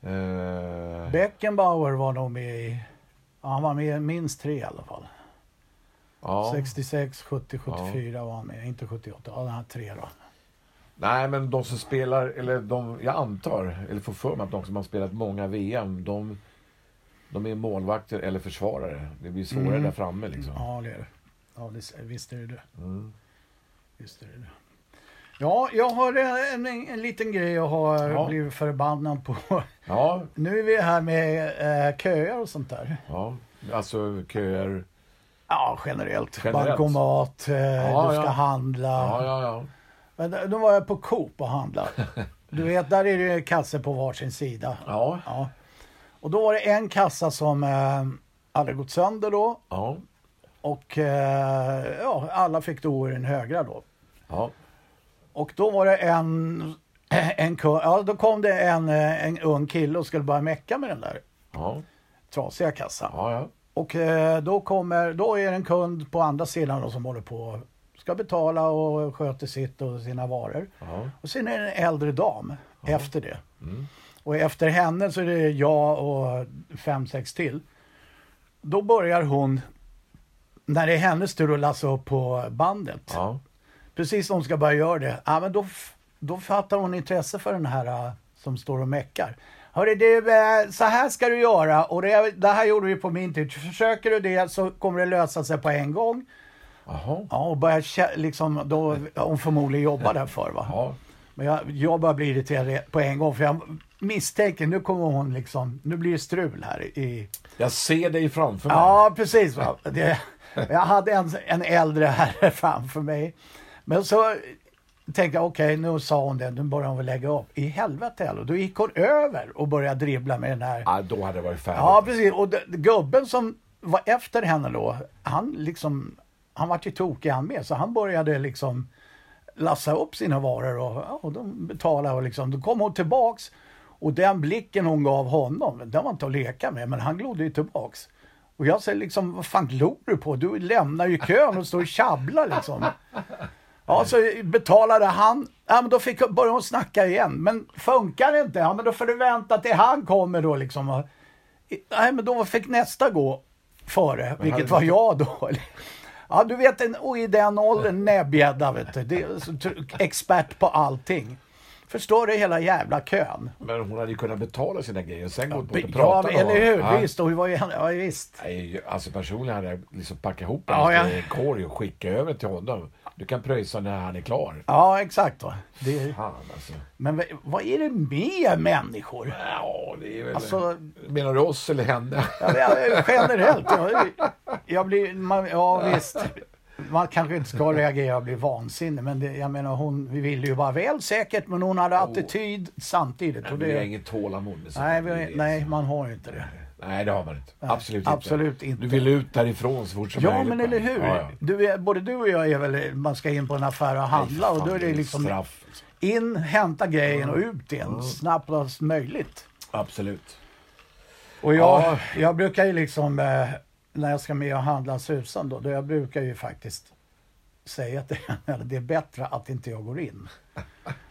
S2: Eh,
S1: Beckenbauer var nog med i... ja, Han var med i minst tre i alla fall.
S2: ja.
S1: 66, 70, 74 var han med. Inte 78. Ja, den här tre då.
S2: Nej, men de som spelar, eller de, jag antar, eller får för mig att de som har spelat många VM, de, de är målvakter eller försvarare. Det blir svårare
S1: Mm.
S2: där framme liksom.
S1: Ja, det är det. Ja, det, visst är det det.
S2: Mm.
S1: Visst är det det. Ja, jag har en, en, en liten grej jag har
S2: Ja.
S1: blivit förbannad på.
S2: Ja,
S1: Nu är vi här med eh, köer och sånt där.
S2: ja. Alltså köer.
S1: Ja, generellt.
S2: Generellt.
S1: Bankomat, eh,
S2: Ja,
S1: du ska
S2: ja.
S1: handla.
S2: Ja, ja, ja.
S1: Men då- då var jag på Coop och handlade. Du vet, där är det kassor på varsin sida.
S2: Ja,
S1: Ja. Och då var det en kassa som eh, hade gått sönder då.
S2: ja.
S1: Och eh, ja, alla fick då i den högra då.
S2: ja.
S1: Och då var det en, en kund, ja då kom det en, eh, en ung kille och skulle börja mecka med den där
S2: Ja,
S1: trasiga kassan.
S2: ja, ja.
S1: Och eh, då kommer, då är det en kund på andra sidan då som håller på och ska betala och sköter sitt och sina varor.
S2: ja.
S1: Och sen är det en äldre dam efter det.
S2: Mm.
S1: Och efter henne så är det jag och fem, sex till. Då börjar hon, när det är hennes tur att lassa upp på bandet.
S2: ja.
S1: Precis som hon ska börja göra det. Ja, men då, f- då fattar hon intresse för den här äh, som står och meckar. Hörru du, äh, så här ska du göra och det, det här gjorde vi på min tid. Försöker du det så kommer det lösa sig på en gång.
S2: Jaha.
S1: Ja, och börjar kä- liksom, då, hon förmodligen jobbar där för va.
S2: Ja.
S1: Men jag, jag börjar bli irriterad på en gång för jag misstänker, nu kommer hon liksom, nu blir det strul här i...
S2: Jag ser dig framför mig.
S1: Ja, precis. Va? Det, jag hade en, en äldre herre framför mig. Men så tänkte jag, okej, nu sa hon det, nu börjar hon väl lägga upp. I helvete heller. Då gick hon över och började dribbla med den här.
S2: Ja, då hade det varit färdigt.
S1: Ja, precis. Och det- gubben som var efter henne då, han liksom, han var ju tokig han med. Så han började liksom lassa upp sina varor och, ja, och de betalade och liksom, då kom hon tillbaks och den blicken hon gav honom, den var inte att leka med, men han glodde ju tillbaks. Och jag säger liksom, vad fan glor du på? Du lämnar ju kön och står och tjabblar liksom. Ja, så betalade han. Ja, men då fick, började hon snacka igen. Men funkar det inte, ja men då får du vänta till han kommer då liksom. Och, nej, men då fick nästa gå före, vilket
S2: hade
S1: var
S2: du-
S1: jag då. Ja, du vet, en, och i den åldern, näbbgädda vet du. Det är så, tr- expert på allting. Förstår du hela jävla kön?
S2: Men hon hade ju kunnat betala sina grejer och sen gått bort och
S1: Ja,
S2: pratat med
S1: eller hur?
S2: honom. Ja.
S1: Visst, och vi var ju, ja, visst.
S2: Nej, alltså personligen hade jag liksom packat ihop
S1: Ja,
S2: hans
S1: ja.
S2: grejer i en korg och skickat över till honom. Du kan pröjsa när han är klar.
S1: Ja, exakt. Va? Det,
S2: Fan alltså.
S1: men v- vad är det med människor?
S2: Ja, det är väl...
S1: Alltså-
S2: Menar du oss eller henne?
S1: Ja, det- generellt. Jag, jag blir, man, ja, visst. Man kanske inte ska reagera och bli vansinnig, men det, jag menar hon vi ville ju vara väl säkert, men hon hade attityd samtidigt. Och
S2: Vi har
S1: det,
S2: inget tålamod med sånt.
S1: nej,
S2: Det
S1: vi,
S2: är-
S1: nej, man har ju inte det.
S2: nej, det har man inte. Absolut, inte.
S1: absolut inte.
S2: Du vill ut därifrån så fort som
S1: Ja,
S2: möjligt.
S1: men eller hur?
S2: Ja, ja.
S1: Du är, både du och jag är väl, man ska in på en affär och handla
S2: Fan,
S1: och då är det liksom
S2: Straff.
S1: in, hämta grejen och ut igen snabbt som möjligt.
S2: Absolut.
S1: Och jag,
S2: Ja.
S1: jag brukar ju liksom, eh, när jag ska med och handla susan då, då jag brukar ju faktiskt säga att det, eller det är bättre att inte jag går in.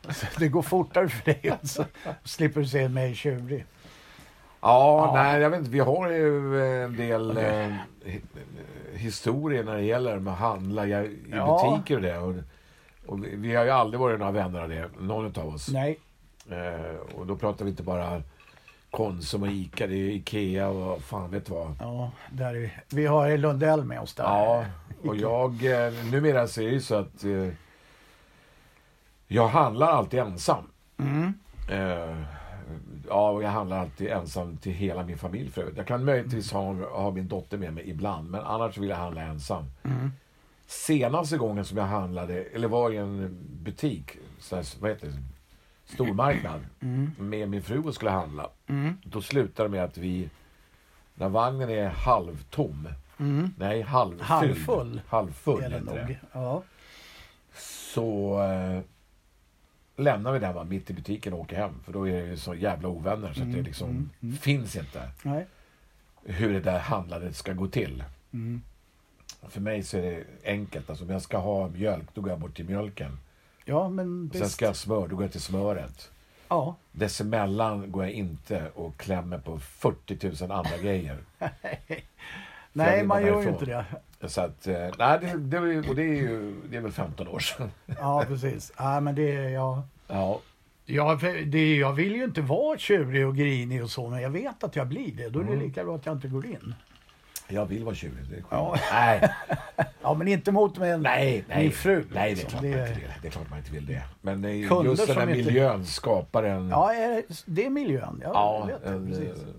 S1: Så det går fortare för dig och så slipper du se mig tjurig.
S2: Ja, nej, jag vet inte. Vi har ju eh, en del eh, hi- eh, historier när det gäller med att handla i, i
S1: Ja.
S2: butiker och det. Och, och vi- vi har ju aldrig varit några vänner av det, någon av oss.
S1: Nej,
S2: Eh, och då pratar vi inte bara Konsum och Ica, det är ju Ikea och fan vet vad.
S1: ja, där är, vi har ju Lundell med oss där.
S2: Ja, och jag... eh, Numera så är det ju så att eh, jag handlar alltid ensam.
S1: Mm.
S2: Eh, ja, och jag handlar alltid ensam till hela min familj för övrigt. Jag kan möjligtvis ha, ha min dotter med mig ibland, men annars vill jag handla ensam.
S1: mm,
S2: Senaste gången som jag handlade, eller var i en butik, så här, vad heter det? stormarknad,
S1: mm,
S2: med min fru och skulle handla. Då slutade det med att vi, när vagnen är halvtom,
S1: mm.
S2: nej halvfylld,
S1: Halvfull.
S2: halvfull
S1: Är det
S2: heter det
S1: nog. Ja.
S2: så eh, lämnar vi den va, mitt i butiken och åker hem. För då är det ju så jävla ovänner så att det liksom finns inte
S1: Nej.
S2: hur det där handlandet ska gå till.
S1: Mm.
S2: För mig så är det enkelt. Alltså, om jag ska ha mjölk, då går jag bort till mjölken.
S1: Ja, men
S2: Sen
S1: visst.
S2: ska jag ha smör, då går jag till smöret.
S1: Ja,
S2: Dessemellan går jag inte och klämmer på 40 000 andra grejer. Jag
S1: nej, man
S2: vill bara
S1: gör ju
S2: därifrån.
S1: inte det.
S2: Så att, eh, nej, det, det, var ju- och det är ju det är väl 15 år sedan.
S1: Ja, precis. Nej, men det är jag.
S2: Ja,
S1: Ja, för det, jag vill ju inte vara tjurig och grinig och så, men jag vet att jag blir det. Då är det
S2: Mm.
S1: lika bra att jag inte går in.
S2: jag vill vara tjurig. Det är
S1: Ja.
S2: ja. Nej,
S1: Ja, men inte mot mig en,
S2: nej, nej.
S1: min fru.
S2: Nej, det är
S1: liksom.
S2: klart man inte vill. Det är klart man inte vill det. Men det är ju
S1: Kunder
S2: just den
S1: som
S2: här
S1: inte-
S2: miljön skapar en...
S1: Ja, är- det är miljön. Ja, jag
S2: ja
S1: vet det,
S2: en,
S1: precis.
S2: eh,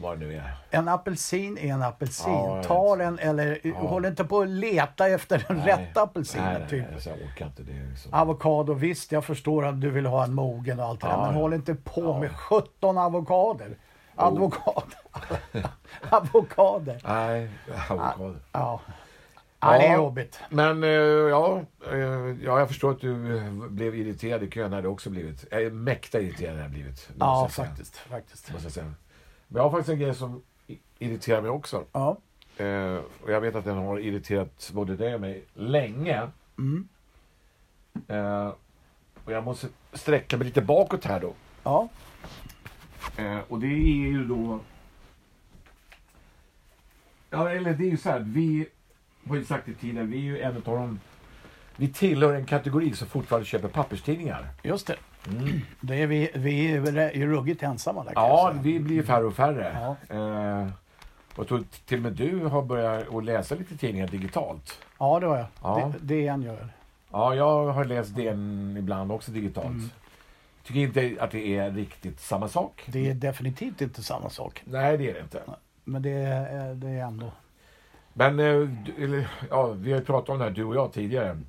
S2: vad det nu är.
S1: En apelsin är en apelsin.
S2: Ja, jag vet.
S1: Ta den eller håll inte på att leta efter den rätta apelsinen.
S2: nej,
S1: typ.
S2: Nej, alltså, jag orkar inte. Det är liksom...
S1: Avokado, visst jag förstår att du vill ha en mogen och allt det där.
S2: Ja,
S1: Men
S2: ja. Oh.
S1: håll inte på med 17 avokader. Avokad. avokader.
S2: Nej, avokado.
S1: Ja. ja, det är
S2: Ja.
S1: jobbigt.
S2: Men eh, ja, eh, ja, jag förstår att du eh, blev irriterad i kön. hade jag också blivit. Jag är mäkta irriterad hade jag blivit. måste
S1: Ja,
S2: jag säga.
S1: faktiskt. faktiskt.
S2: Måste jag säga. Men jag har faktiskt en grej som i- irriterar mig också.
S1: Ja.
S2: Eh, och jag vet att den har irriterat både dig och mig länge.
S1: Mm.
S2: Eh, och jag måste sträcka mig lite bakåt här då.
S1: ja.
S2: Eh, och det är ju då... Ja, eller det är ju så här. Vi har ju sagt det tidigare. Vi är ju en av de... Vi tillhör en kategori som fortfarande köper papperstidningar.
S1: Just det. det är vi, vi är väl- är ruggigt ensamma där kan
S2: Mm. Ja,
S1: jag säga.
S2: vi blir färre och färre. Eh, och jag tror till och med du har börjat att läsa lite tidningar digitalt.
S1: ja, det har jag.
S2: Ja.
S1: Det, det är en gör.
S2: Ja, jag har läst DN ibland också digitalt. Tycker inte att det är riktigt samma sak.
S1: Det är definitivt inte samma sak.
S2: Nej, det är det inte.
S1: Men det är, det är ändå...
S2: Men eh, du- eller, ja, vi har ju pratat om det här du och jag tidigare.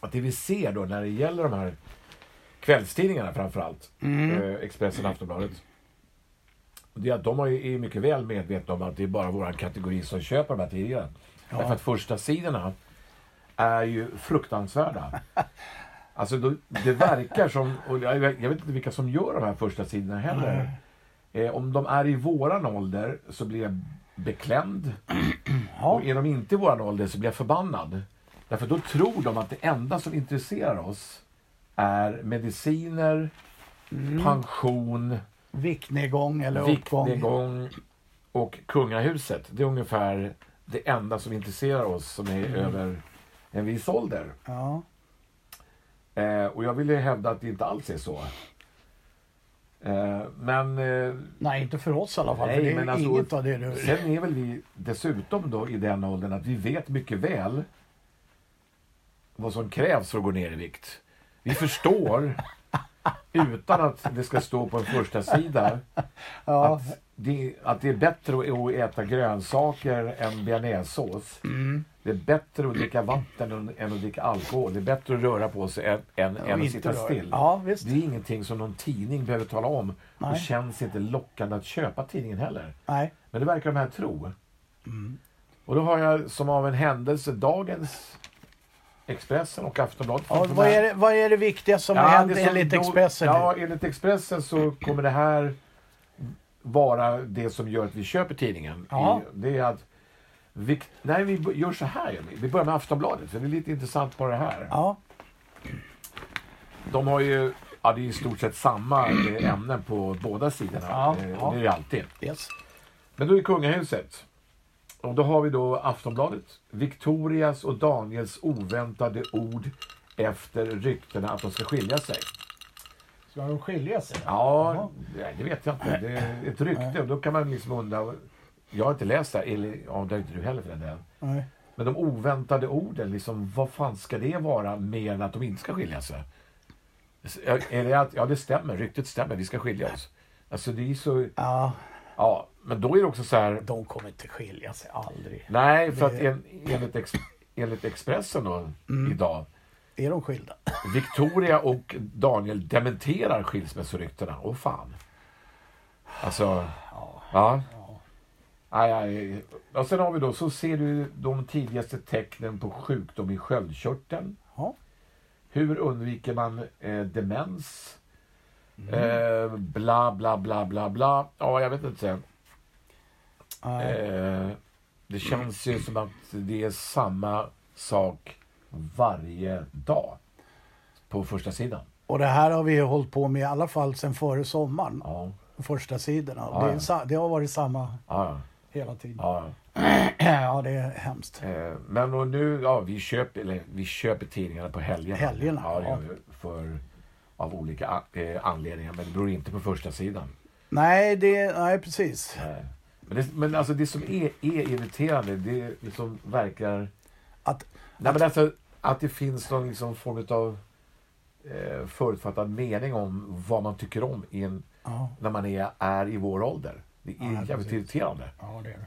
S2: Att det vi ser då när det gäller de här kvällstidningarna framförallt. Mm. Eh, Expressen och Aftonbladet. Det är att de har ju- är ju mycket väl medvetna om att det är bara vår kategori som köper de här tidningarna. Därför att första sidorna är ju fruktansvärda. Alltså då, det verkar som, och jag, jag vet inte vilka som gör de här första sidorna heller. Eh, om de är i våran ålder så blir jag beklämd. Och är de inte i våran ålder så blir jag förbannad. Därför då tror de att det enda som intresserar oss är mediciner, pension,
S1: Viktnedgång eller uppgång.
S2: viktnedgång och kungahuset. Det är ungefär det enda som intresserar oss som är över en viss ålder.
S1: Ja.
S2: Eh, och jag vill ju hävda att det inte alls är så. Eh, men eh,
S1: Nej, inte för oss i alla fall. för det är
S2: men alltså-
S1: inget av det du...
S2: Sen är väl vi dessutom då i den åldern att vi vet mycket väl vad som krävs för att gå ner i vikt. Vi förstår utan att det ska stå på en första sida
S1: Ja,
S2: att, det, att det är bättre att- att äta grönsaker än bearnaisesås.
S1: Mm.
S2: Det är bättre att dricka vatten än- än att dricka alkohol. Det är bättre att röra på sig än, än,
S1: och
S2: än att
S1: inte
S2: sitta
S1: rör.
S2: still.
S1: Ja, visst.
S2: Det är ingenting som någon tidning behöver tala om och
S1: Nej.
S2: känns inte lockande att köpa tidningen heller.
S1: Nej.
S2: Men det verkar de här tro.
S1: Mm.
S2: Och då har jag som av en händelse dagens Expressen och Aftonbladet
S1: Ja,
S2: framför
S1: vad,
S2: mig.
S1: är det, vad är det viktiga som har
S2: Ja,
S1: hänt
S2: det som
S1: enligt
S2: då-
S1: Expressen?
S2: Ja,
S1: Ja,
S2: enligt Expressen så kommer det här vara det som gör att vi köper tidningen.
S1: Ja.
S2: I- Det är att vi, nej, vi b- gör så här. gör vi. Vi börjar med Aftonbladet, för det är lite intressant på det här.
S1: ja.
S2: De har ju, ja det är i stort sett samma eh, ämnen på båda sidorna.
S1: Ja,
S2: Eh,
S1: ja.
S2: Det är det alltid.
S1: Yes.
S2: Men då är kungahuset. Och då har vi då Aftonbladet. Victorias och Daniels oväntade ord efter ryktena att de ska skilja sig.
S1: Ska de skilja sig?
S2: Ja, nej, det vet jag inte. Det är ett rykte och då kan man liksom undra. Jag har inte läst det här, eller ja, det har inte du heller för den delen.
S1: Nej.
S2: Men de oväntade orden, liksom, vad fan ska det vara mer än att de inte ska skilja sig? S- Är det att, ja det stämmer, ryktet stämmer, vi ska skilja oss. Alltså det är så,
S1: Ja,
S2: ja, men då är det också så här,
S1: de kommer inte skilja sig, aldrig.
S2: Nej, för att en, enligt, ex, enligt Expressen då, idag.
S1: Är de skilda?
S2: Victoria och Daniel dementerar skilsmässoryktena. Åh fan. Alltså,
S1: Ja.
S2: ja. Aj, aj. Och sen har vi då, så ser du de tidigaste tecknen på sjukdom i sköldkörteln.
S1: Ja.
S2: Hur undviker man eh, demens? Eh, bla, bla, bla, bla, bla. Ja, jag vet inte.
S1: Nej.
S2: Eh, det känns ju som att det är samma sak varje dag på första sidan.
S1: Och det här har vi ju hållit på med i alla fall sedan före sommaren.
S2: Ja,
S1: Första sidorna.
S2: Ja,
S1: det, är,
S2: ja.
S1: sa- det har varit samma
S2: ja,
S1: hela tiden. Ja,
S2: ja.
S1: det är hemskt.
S2: Eh, Men och nu, ja, vi köper, eller, vi köper tidningarna på helgerna.
S1: Helgerna,
S2: Ja, det gör
S1: ja.
S2: vi för, av olika a- eh, anledningar. Men det beror inte på första sidan.
S1: Nej, det, nej precis.
S2: Nej. typ. Men, det, men alltså det som är, är irriterande, det liksom verkar...
S1: Att,
S2: Nej, men alltså, att det finns någon liksom form av eh, förutfattad mening om vad man tycker om i en,
S1: ja,
S2: när man är, är i vår ålder. Det
S1: Ja,
S2: är jävligt
S1: precis.
S2: irriterande.
S1: ja, det är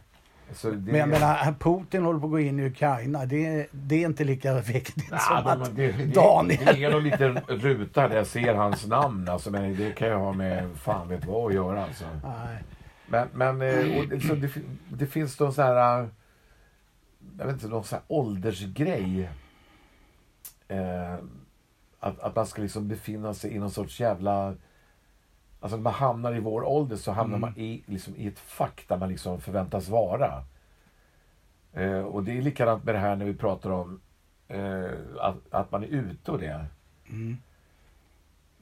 S1: det.
S2: Så det,
S1: Men jag menar, Putin håller på att gå in i Ukraina. Det, det är inte lika viktigt som
S2: Nej,
S1: att...
S2: men man- det, det,
S1: Daniel.
S2: Det är någon liten ruta där jag ser hans namn. Alltså, men det kan jag ha med fan vet vad att göra. Alltså.
S1: Nej.
S2: Men, men eh, och, liksom, det, fin- det finns någon så här... eh, Jag vet inte, någon så här åldersgrej. Eh, att, att man ska liksom befinna sig i någon sorts jävla... Alltså när man hamnar i vår ålder så hamnar man i, liksom, i ett fack där man liksom förväntas vara. Eh, och det är likadant med det här när vi pratar om eh, att, att man är ute och det.
S1: Mm.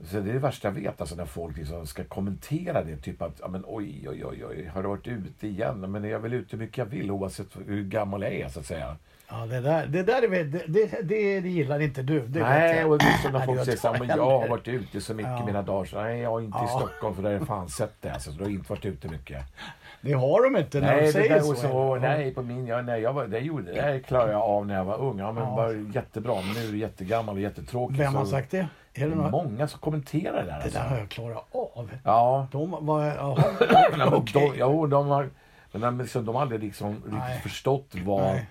S2: Så det är det värsta jag vet, alltså när folk liksom ska kommentera det. Typ att, ja men oj, oj, oj, oj, har du varit ute igen? Ja, Men jag är väl ute hur mycket jag vill oavsett hur gammal jag är, så att säga.
S1: Ja, det där, det där är väl, det, det, det gillar inte du. Det vet
S2: nej,
S1: jag.
S2: och liksom när
S1: Nej,
S2: folk
S1: det
S2: säger
S1: vet jag
S2: så här, men jag har varit ute så mycket
S1: Ja.
S2: mina dagar. Så, nej, jag är inte i
S1: Ja.
S2: Stockholm för där är fan sett det. Alltså, så du har inte varit ute mycket.
S1: Det har de inte när
S2: Nej,
S1: de
S2: det
S1: säger
S2: där
S1: så.
S2: och så,
S1: Ja.
S2: och nej, på min, ja, nej, jag var, det gjorde, det här klarade jag av när jag var ung. Ja, men
S1: Ja.
S2: var jättebra. Men nu är du jättegammal och jättetråkig.
S1: Vem
S2: så,
S1: har sagt det? Är det,
S2: Det
S1: några...
S2: är Liksom många som kommenterar det där.
S1: det
S2: Alltså.
S1: där har jag klarat av.
S2: Ja.
S1: De var... Jaha.
S2: Nej, men
S1: Okej.
S2: de, jo, de har, men de, liksom, de har aldrig liksom
S1: Nej.
S2: riktigt förstått vad,
S1: Nej,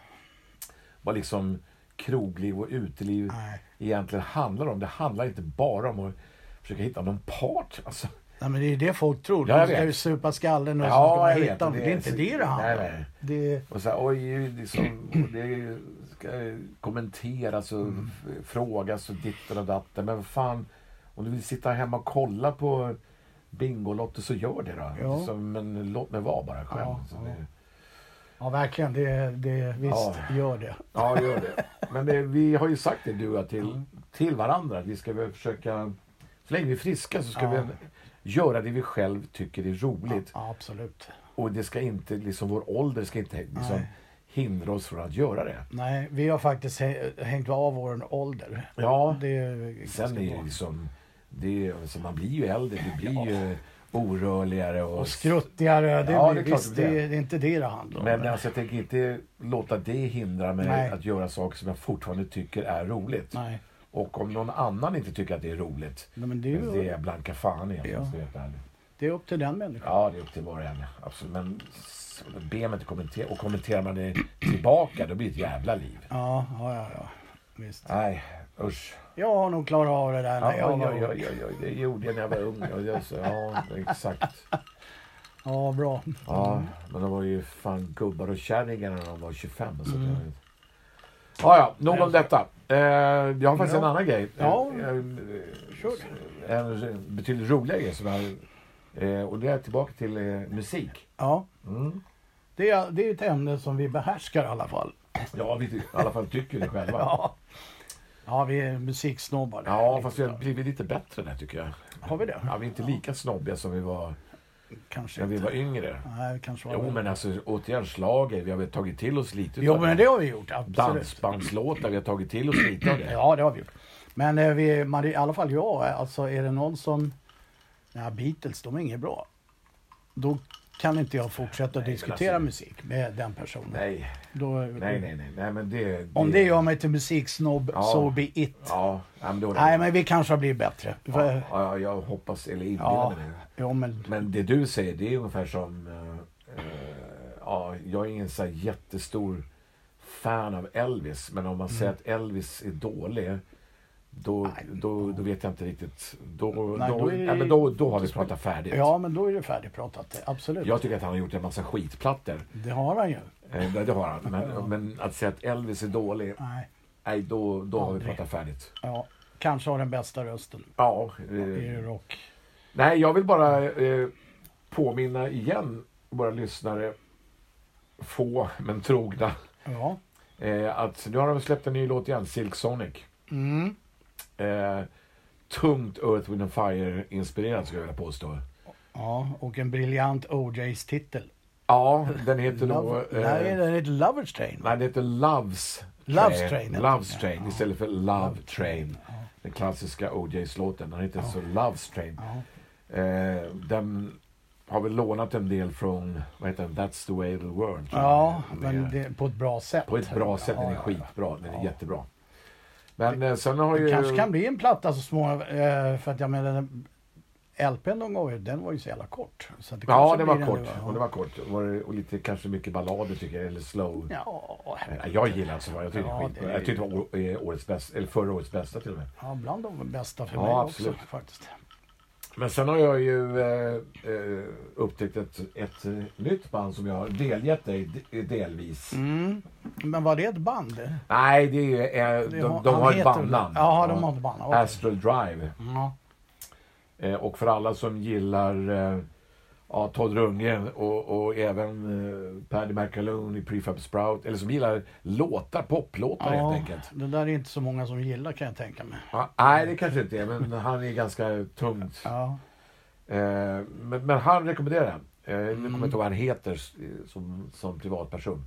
S2: vad liksom krogliv och uteliv
S1: nej.
S2: egentligen handlar om. Det handlar inte bara om att försöka hitta någon part. Alltså,
S1: nej, men det är ju det folk tror.
S2: Ja,
S1: De
S2: jag
S1: ska
S2: vet.
S1: ju supa skallen och
S2: Ja,
S1: så ska man
S2: jag vet.
S1: hitta dem.
S2: Det
S1: Det,
S2: är
S1: är inte
S2: så-
S1: det det handlar
S2: Nej, nej.
S1: om. Det...
S2: och så här, oj, liksom, och det ska kommenteras och
S1: Mm.
S2: f- frågas och ditten och datten. Men vad fan, om du vill sitta hemma och kolla på Bingolotto så gör det då.
S1: Ja.
S2: Liksom, men låt mig vara bara själv.
S1: Ja,
S2: Så
S1: ja.
S2: det-
S1: Ja, verkligen. Det, det, visst,
S2: Ja.
S1: gör det.
S2: Ja, gör det. Men det, vi har ju sagt det du och jag
S1: Mm.
S2: till, till varandra. att Vi ska väl försöka, så länge vi är friska så ska
S1: Ja.
S2: vi väl göra det vi själv tycker är roligt.
S1: Ja, absolut.
S2: Och det ska inte, liksom vår ålder ska inte liksom,
S1: Nej.
S2: hindra oss från att göra det.
S1: Nej, vi har faktiskt hä- hängt av vår ålder.
S2: Ja,
S1: Det är ganska
S2: sen är det
S1: bra.
S2: liksom, det är, alltså, man blir ju äldre, det blir ju orörligare och...
S1: Och skruttigare. Det,
S2: Ja,
S1: blir,
S2: det är klart
S1: visst,
S2: det
S1: det,
S2: blir.
S1: är- det är inte det det handlar om.
S2: men alltså, jag tänker inte låta det hindra mig
S1: Nej.
S2: att göra saker som jag fortfarande tycker är roligt.
S1: Nej.
S2: Och om någon annan inte tycker att det är roligt,
S1: Nej, men det är ju-
S2: det är jag blanka fan i. om jag
S1: Ja.
S2: ska vara helt ärlig.
S1: Det är upp till den människan.
S2: Ja, det är upp till var och en. Absolut. Men s- be mig inte kommentera. Och kommenterar man det tillbaka, då blir det ett jävla liv.
S1: Ja, ja, ja. ja. Visst.
S2: Nej, usch.
S1: Jag har nog klarat av det där.
S2: Ja,
S1: när jag
S2: ja,
S1: var ung.
S2: ja, ja, ja, det gjorde jag när jag var ung. Ja, det- så- Ja, exakt.
S1: ja, bra. Mm.
S2: Ja, men de var ju fan gubbar och kärringar när de var 25. Så mm. Ja, ja, nog om detta. Eh, Jag har faktiskt
S1: Ja.
S2: en annan grej.
S1: Ja.
S2: Eh, eh,
S1: Kör.
S2: En betydligt roligare grej. Som jag, eh, och det är tillbaka till eh, musik.
S1: Ja.
S2: Mm.
S1: Det är, det är ett ämne som vi behärskar i alla fall.
S2: Ja, vi ty- i alla fall tycker det själva.
S1: Ja, ja vi är musiksnobbar.
S2: Ja, fast vi har blivit lite bättre där tycker jag.
S1: Har vi det?
S2: Ja, vi är inte lika snobbiga som vi var
S1: Kanske
S2: när vi
S1: inte.
S2: var yngre.
S1: Nej, vi kanske var
S2: Jo, men alltså återgärn slager. Vi har väl tagit till oss lite
S1: jo,
S2: utav
S1: men det har vi gjort. Absolut.
S2: Dansbandslåtar. Vi har tagit till oss lite av det.
S1: Ja, det har vi gjort. Men eh, vi, man, i alla fall jag, eh, alltså är det någon som... Ja, Beatles, de är inget bra. Då kan inte jag fortsätta
S2: men
S1: diskutera
S2: alltså-
S1: musik med den personen.
S2: Nej,
S1: Då,
S2: nej, nej, nej. nej men det,
S1: Om det gör mig till musiksnobb,
S2: Ja.
S1: so be it.
S2: Ja, nej, men det var det.
S1: Nej, men vi kanske har blivit bättre.
S2: ja,
S1: För-
S2: ja, jag hoppas, eller inbillar
S1: Ja,
S2: mig det.
S1: jo, men...
S2: Men det du säger, det är ungefär som... eh, eh, ja, jag är ingen så här jättestor fan av Elvis, men om man säger att Elvis är dålig, då,
S1: Mm. Nej.
S2: då, då vet jag inte riktigt. Då,
S1: Nej,
S2: då,
S1: då är-
S2: nej, men då, då har vi pratat färdigt.
S1: Ja, men då är det färdigpratat. Absolut.
S2: Jag tycker att han har gjort en massa skitplattor.
S1: Det har han ju.
S2: Eh, det det har han. Men, men att säga att Elvis är dålig,
S1: Nej.
S2: nej, då, då har vi
S1: Aldrig.
S2: pratat färdigt.
S1: Ja. kanske har den bästa rösten
S2: Ja,
S1: i
S2: eh,
S1: rock.
S2: nej, jag vill bara eh, påminna igen våra lyssnare, få men trogna,
S1: Ja.
S2: eh, att nu har de släppt en ny låt igen, Silk Sonic.
S1: Mm.
S2: Eh, tungt Earth, Wind and Fire-inspirerad skulle jag vilja påstå.
S1: ja, och en briljant OJs titel.
S2: Ja, den heter då...
S1: Love, nej,
S2: Eh,
S1: den heter Lovers Train. va?
S2: nej, den heter Loves Train.
S1: Loves Train heter
S2: Loves
S1: den,
S2: Train istället för Love Train. Den klassiska OJs-låten. Den heter så Loves Train.
S1: Ja.
S2: Eh, den har vi lånat en del från, vad heter den, That's the way of the world. tror
S1: Ja,
S2: jag.
S1: men det, på ett bra sätt.
S2: På ett bra sätt, den är
S1: Ja,
S2: skitbra. Den är jättebra. Men eh, sen har ju...
S1: Det kanske kan bli en platta så småningom. eh, För att jag menar, LPn de gav er, den var ju så jävla kort. Så att det
S2: Ja,
S1: kanske
S2: det
S1: blir
S2: var
S1: en-
S2: kort. Och det var kort. Var det- Och lite, kanske mycket ballader tycker jag, eller slow.
S1: Ja,
S2: Ja, Jag gillar alltså vad jag tyckte
S1: Ja,
S2: ja, skitbra.
S1: det-
S2: Jag tyckte det var å- eh, årets bästa, eller förra årets bästa till och med.
S1: ja, bland de bästa för
S2: Ja,
S1: mig
S2: absolut.
S1: också faktiskt.
S2: Men sen har jag ju eh, eh, upptäckt ett, ett eh, nytt band som jag har delgett dig d- delvis.
S1: Mm. Men var det ett band?
S2: Nej, det är ju, eh,
S1: Det
S2: de,
S1: han
S2: de, har ett
S1: heter-
S2: bandnamn.
S1: Ja, de har ett bandnamn. okej.
S2: Astral Drive.
S1: Ja.
S2: Eh, och för alla som gillar eh, ja, Todd Rundgren och, och även eh, Paddy McAloon i Prefab Sprout, eller som gillar låtar, poplåtar
S1: Ja,
S2: helt enkelt.
S1: det där är inte så många som gillar kan jag tänka mig.
S2: Ja, nej, det kanske inte är, men han är ganska tungt.
S1: Ja.
S2: Eh, men, men han rekommenderar den. Eh, nu kommer
S1: Mm.
S2: jag inte ihåg vad han heter s- eh, som, som privatperson.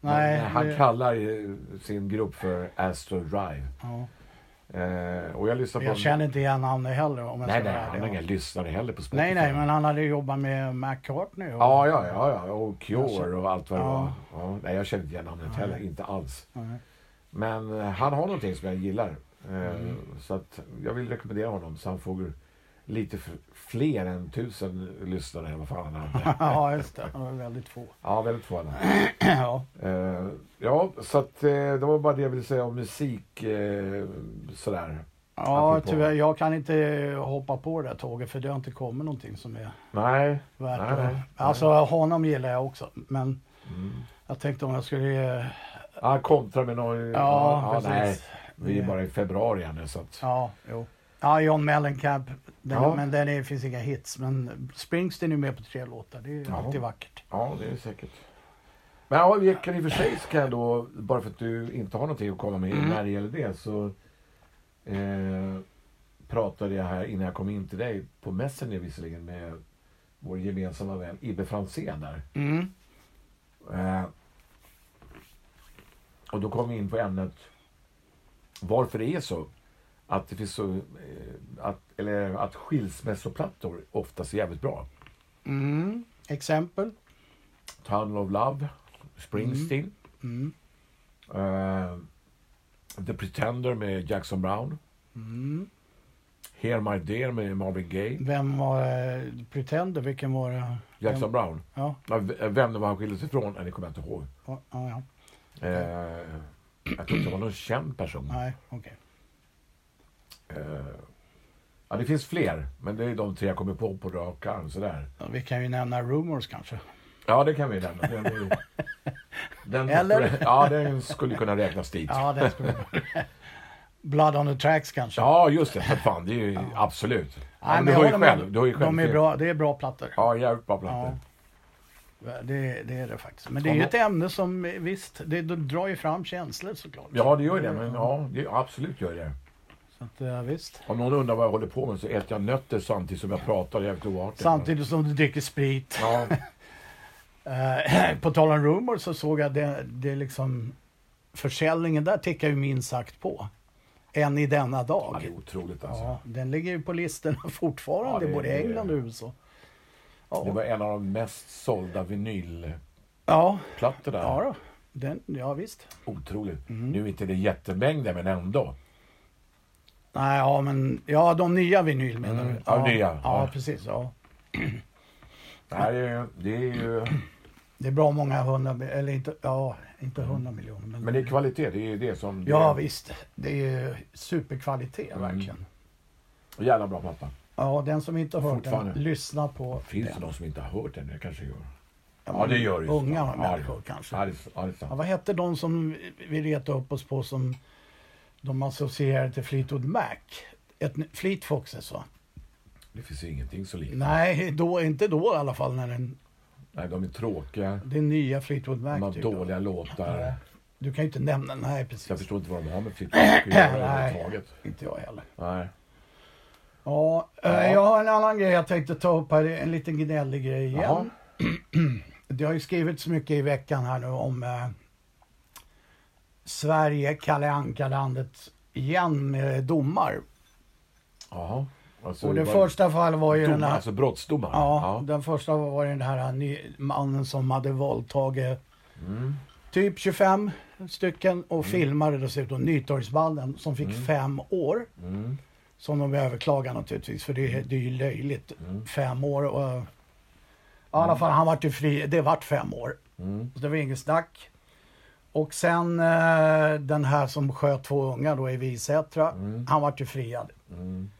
S1: Nej,
S2: men eh, han
S1: det-
S2: kallar eh, sin grupp för Astro Drive.
S1: Ja.
S2: Eh, och jag lyssnar på...
S1: Jag känner inte igen han heller om jag
S2: nej,
S1: ska
S2: nej,
S1: vara
S2: han har
S1: ärlig.
S2: inga lyssnare heller på Spotify.
S1: Nej, nej, men han hade jobbat med McCartney. Och...
S2: Ja, ja, ja, ja. och Cure
S1: Alltså,
S2: och allt vad det
S1: ja.
S2: var. Ja, nej, jag känner inte igen namnet heller, inte alls.
S1: Nej.
S2: Men eh, han har någonting som jag gillar. Eh,
S1: Mm.
S2: Så att jag vill rekommendera honom så han får lite f- fler än tusen lyssnare. eller Vad fan han hade.
S1: ja, just det. Han var väldigt få.
S2: Ja, väldigt få. han hade.
S1: ja.
S2: Eh, ja, så att, eh, det var bara det jag ville säga om musik. Eh, sådär.
S1: Ja,
S2: Apropå-
S1: tyvärr. Jag kan inte hoppa på det här tåget för det har inte kommit någonting som är
S2: Nej.
S1: värt
S2: Nej, nej, nej.
S1: att... Alltså, honom gillar jag också. Men jag tänkte om jag skulle... eh,
S2: Ah, kontra med någon...
S1: Ja,
S2: ja, nej.
S1: precis.
S2: Vi är bara i februari här nu så att...
S1: Ja, jo. Ja, John Mellencamp. Den,
S2: Ja.
S1: Men den är, finns inga hits. Men Springsteen är med på tre låtar. Det är
S2: Ja.
S1: alltid vackert.
S2: Ja, det är säkert. Men ja, vi kan i och för sig ska jag då, bara för att du inte har någonting att komma med när det gäller det, så eh, pratade jag här innan jag kom in till dig på Messenger visserligen med vår gemensamma vän Ibbe Franzén där.
S1: Mm.
S2: Eh, och då kom vi in på ämnet varför det är så. Att det finns så, eh, att, eller att skilsmässoplattor oftast är jävligt bra.
S1: Mm. Exempel?
S2: Tunnel of Love, Springsteen.
S1: Mm.
S2: Eh, The Pretender med Jackson Brown.
S1: Mm.
S2: Here My Dear med Marvin Gaye.
S1: Vem var eh, Pretender? Vilken var det?
S2: Jackson
S1: Vem?
S2: Brown.
S1: Ja,
S2: Ja, v- eh, Vem det var han skildes ifrån, nej, det kommer jag inte ihåg.
S1: ja, ja.
S2: Eh, jag tror inte det var någon känd person.
S1: Nej, okej.
S2: Eh, ja, det finns fler, men det är de tre jag kommer på på rak arm. Sådär.
S1: Ja, Vi kan ju nämna Rumors kanske.
S2: Ja, det kan vi nämna. Den, är- den,
S1: Eller?
S2: Ja, den skulle kunna räknas dit.
S1: Ja, det skulle vara. Blood on the tracks kanske.
S2: Ja, just det. För fan, det är ju absolut. Ja,
S1: Nej, men
S2: men du
S1: jag
S2: har ju
S1: håller med.
S2: själv. Du har ju själv
S1: De är
S2: fel.
S1: bra, det är bra plattor.
S2: Ja, jävligt bra plattor.
S1: Ja. Det, det är det faktiskt. Men det är
S2: Ja,
S1: ju
S2: men-
S1: ett ämne som visst, det, det drar ju fram känslor såklart.
S2: Ja, det gör det. Men ja, det, absolut gör det.
S1: Så att, eh, visst.
S2: Om någon undrar vad jag håller på med så äter jag nötter samtidigt som jag pratar jävligt oartigt.
S1: Samtidigt som du dricker sprit.
S2: Ja,
S1: Eh, På tal om rumor så såg jag det, det är liksom försäljningen där tickar ju minst sagt på. Än i denna
S2: ja, det är
S1: dag.
S2: otroligt alltså.
S1: Ja, den ligger ju på listorna fortfarande
S2: Ja, det-
S1: både i
S2: det-
S1: England och USA.
S2: Det
S1: Ja,
S2: var en av de mest sålda vinylplattorna.
S1: ja, ja Mm. då. Den, ja visst.
S2: Otroligt. Nu är inte det jättemängder, men ändå.
S1: Nej, ja, men, ja, de nya vinyl menar
S2: Mm,
S1: du?
S2: ja, nya,
S1: Ja,
S2: ja.
S1: precis. Ja.
S2: Det, här är, det är ju...
S1: Det är bra många hundra, mi- eller inte, ja, inte hundra miljoner. Men,
S2: Mm. Men det är kvalitet, det är ju det som... det
S1: ja,
S2: är
S1: visst. Det är ju superkvalitet
S2: Mm.
S1: verkligen.
S2: en Jävla bra platta.
S1: Ja, den som inte har hört den,
S2: Fortfarande.
S1: lyssna på
S2: Finns det
S1: den.
S2: någon som inte har hört den? Det kanske gör. Ja, det gör det.
S1: Unga
S2: Ja,
S1: människor
S2: det-
S1: kanske.
S2: Ja, det, ja, det är
S1: Ja,
S2: sant.
S1: vad hette de som vi retade upp oss på som de associerar till Fleetwood Mac. Ett, ny- Fleet Foxes va?
S2: Det finns ju ingenting så likt.
S1: Nej, då, inte då i alla fall när den,
S2: Nej, de är tråkiga.
S1: den nya Fleetwood Mac
S2: De har
S1: dyker upp.
S2: dåliga låtar.
S1: Du kan ju inte nämna den här
S2: Så jag
S1: precis.
S2: förstår inte vad de har med Fleetwood Mac att göra överhuvudtaget.
S1: Inte jag heller.
S2: Nej.
S1: Ja, eh,
S2: Ja.
S1: jag har en annan grej jag tänkte ta upp här. En liten gnällig grej igen.
S2: Jaha.
S1: Det har ju skrivits mycket i veckan här nu om eh, Sverige, Kalle Anka-landet igen med domar.
S2: Jaha. Alltså,
S1: Och det
S2: var-
S1: första fallet var ju den
S2: Domar,
S1: här...
S2: alltså brottsdomar?
S1: Ja, den första var den här ny, mannen som hade våldtagit typ 25 stycken och filmade dessutom Nytorgsballen som fick fem år.
S2: Mm.
S1: Som de överklagar naturligtvis för det, är- det är ju löjligt. Fem år och... eh, I alla fall, han vart ju fri. Det vart fem år.
S2: Mm.
S1: Så det var inget snack. Och sen eh, den här som sköt två ungar då i Visättra. Han vart ju friad.
S2: Mm.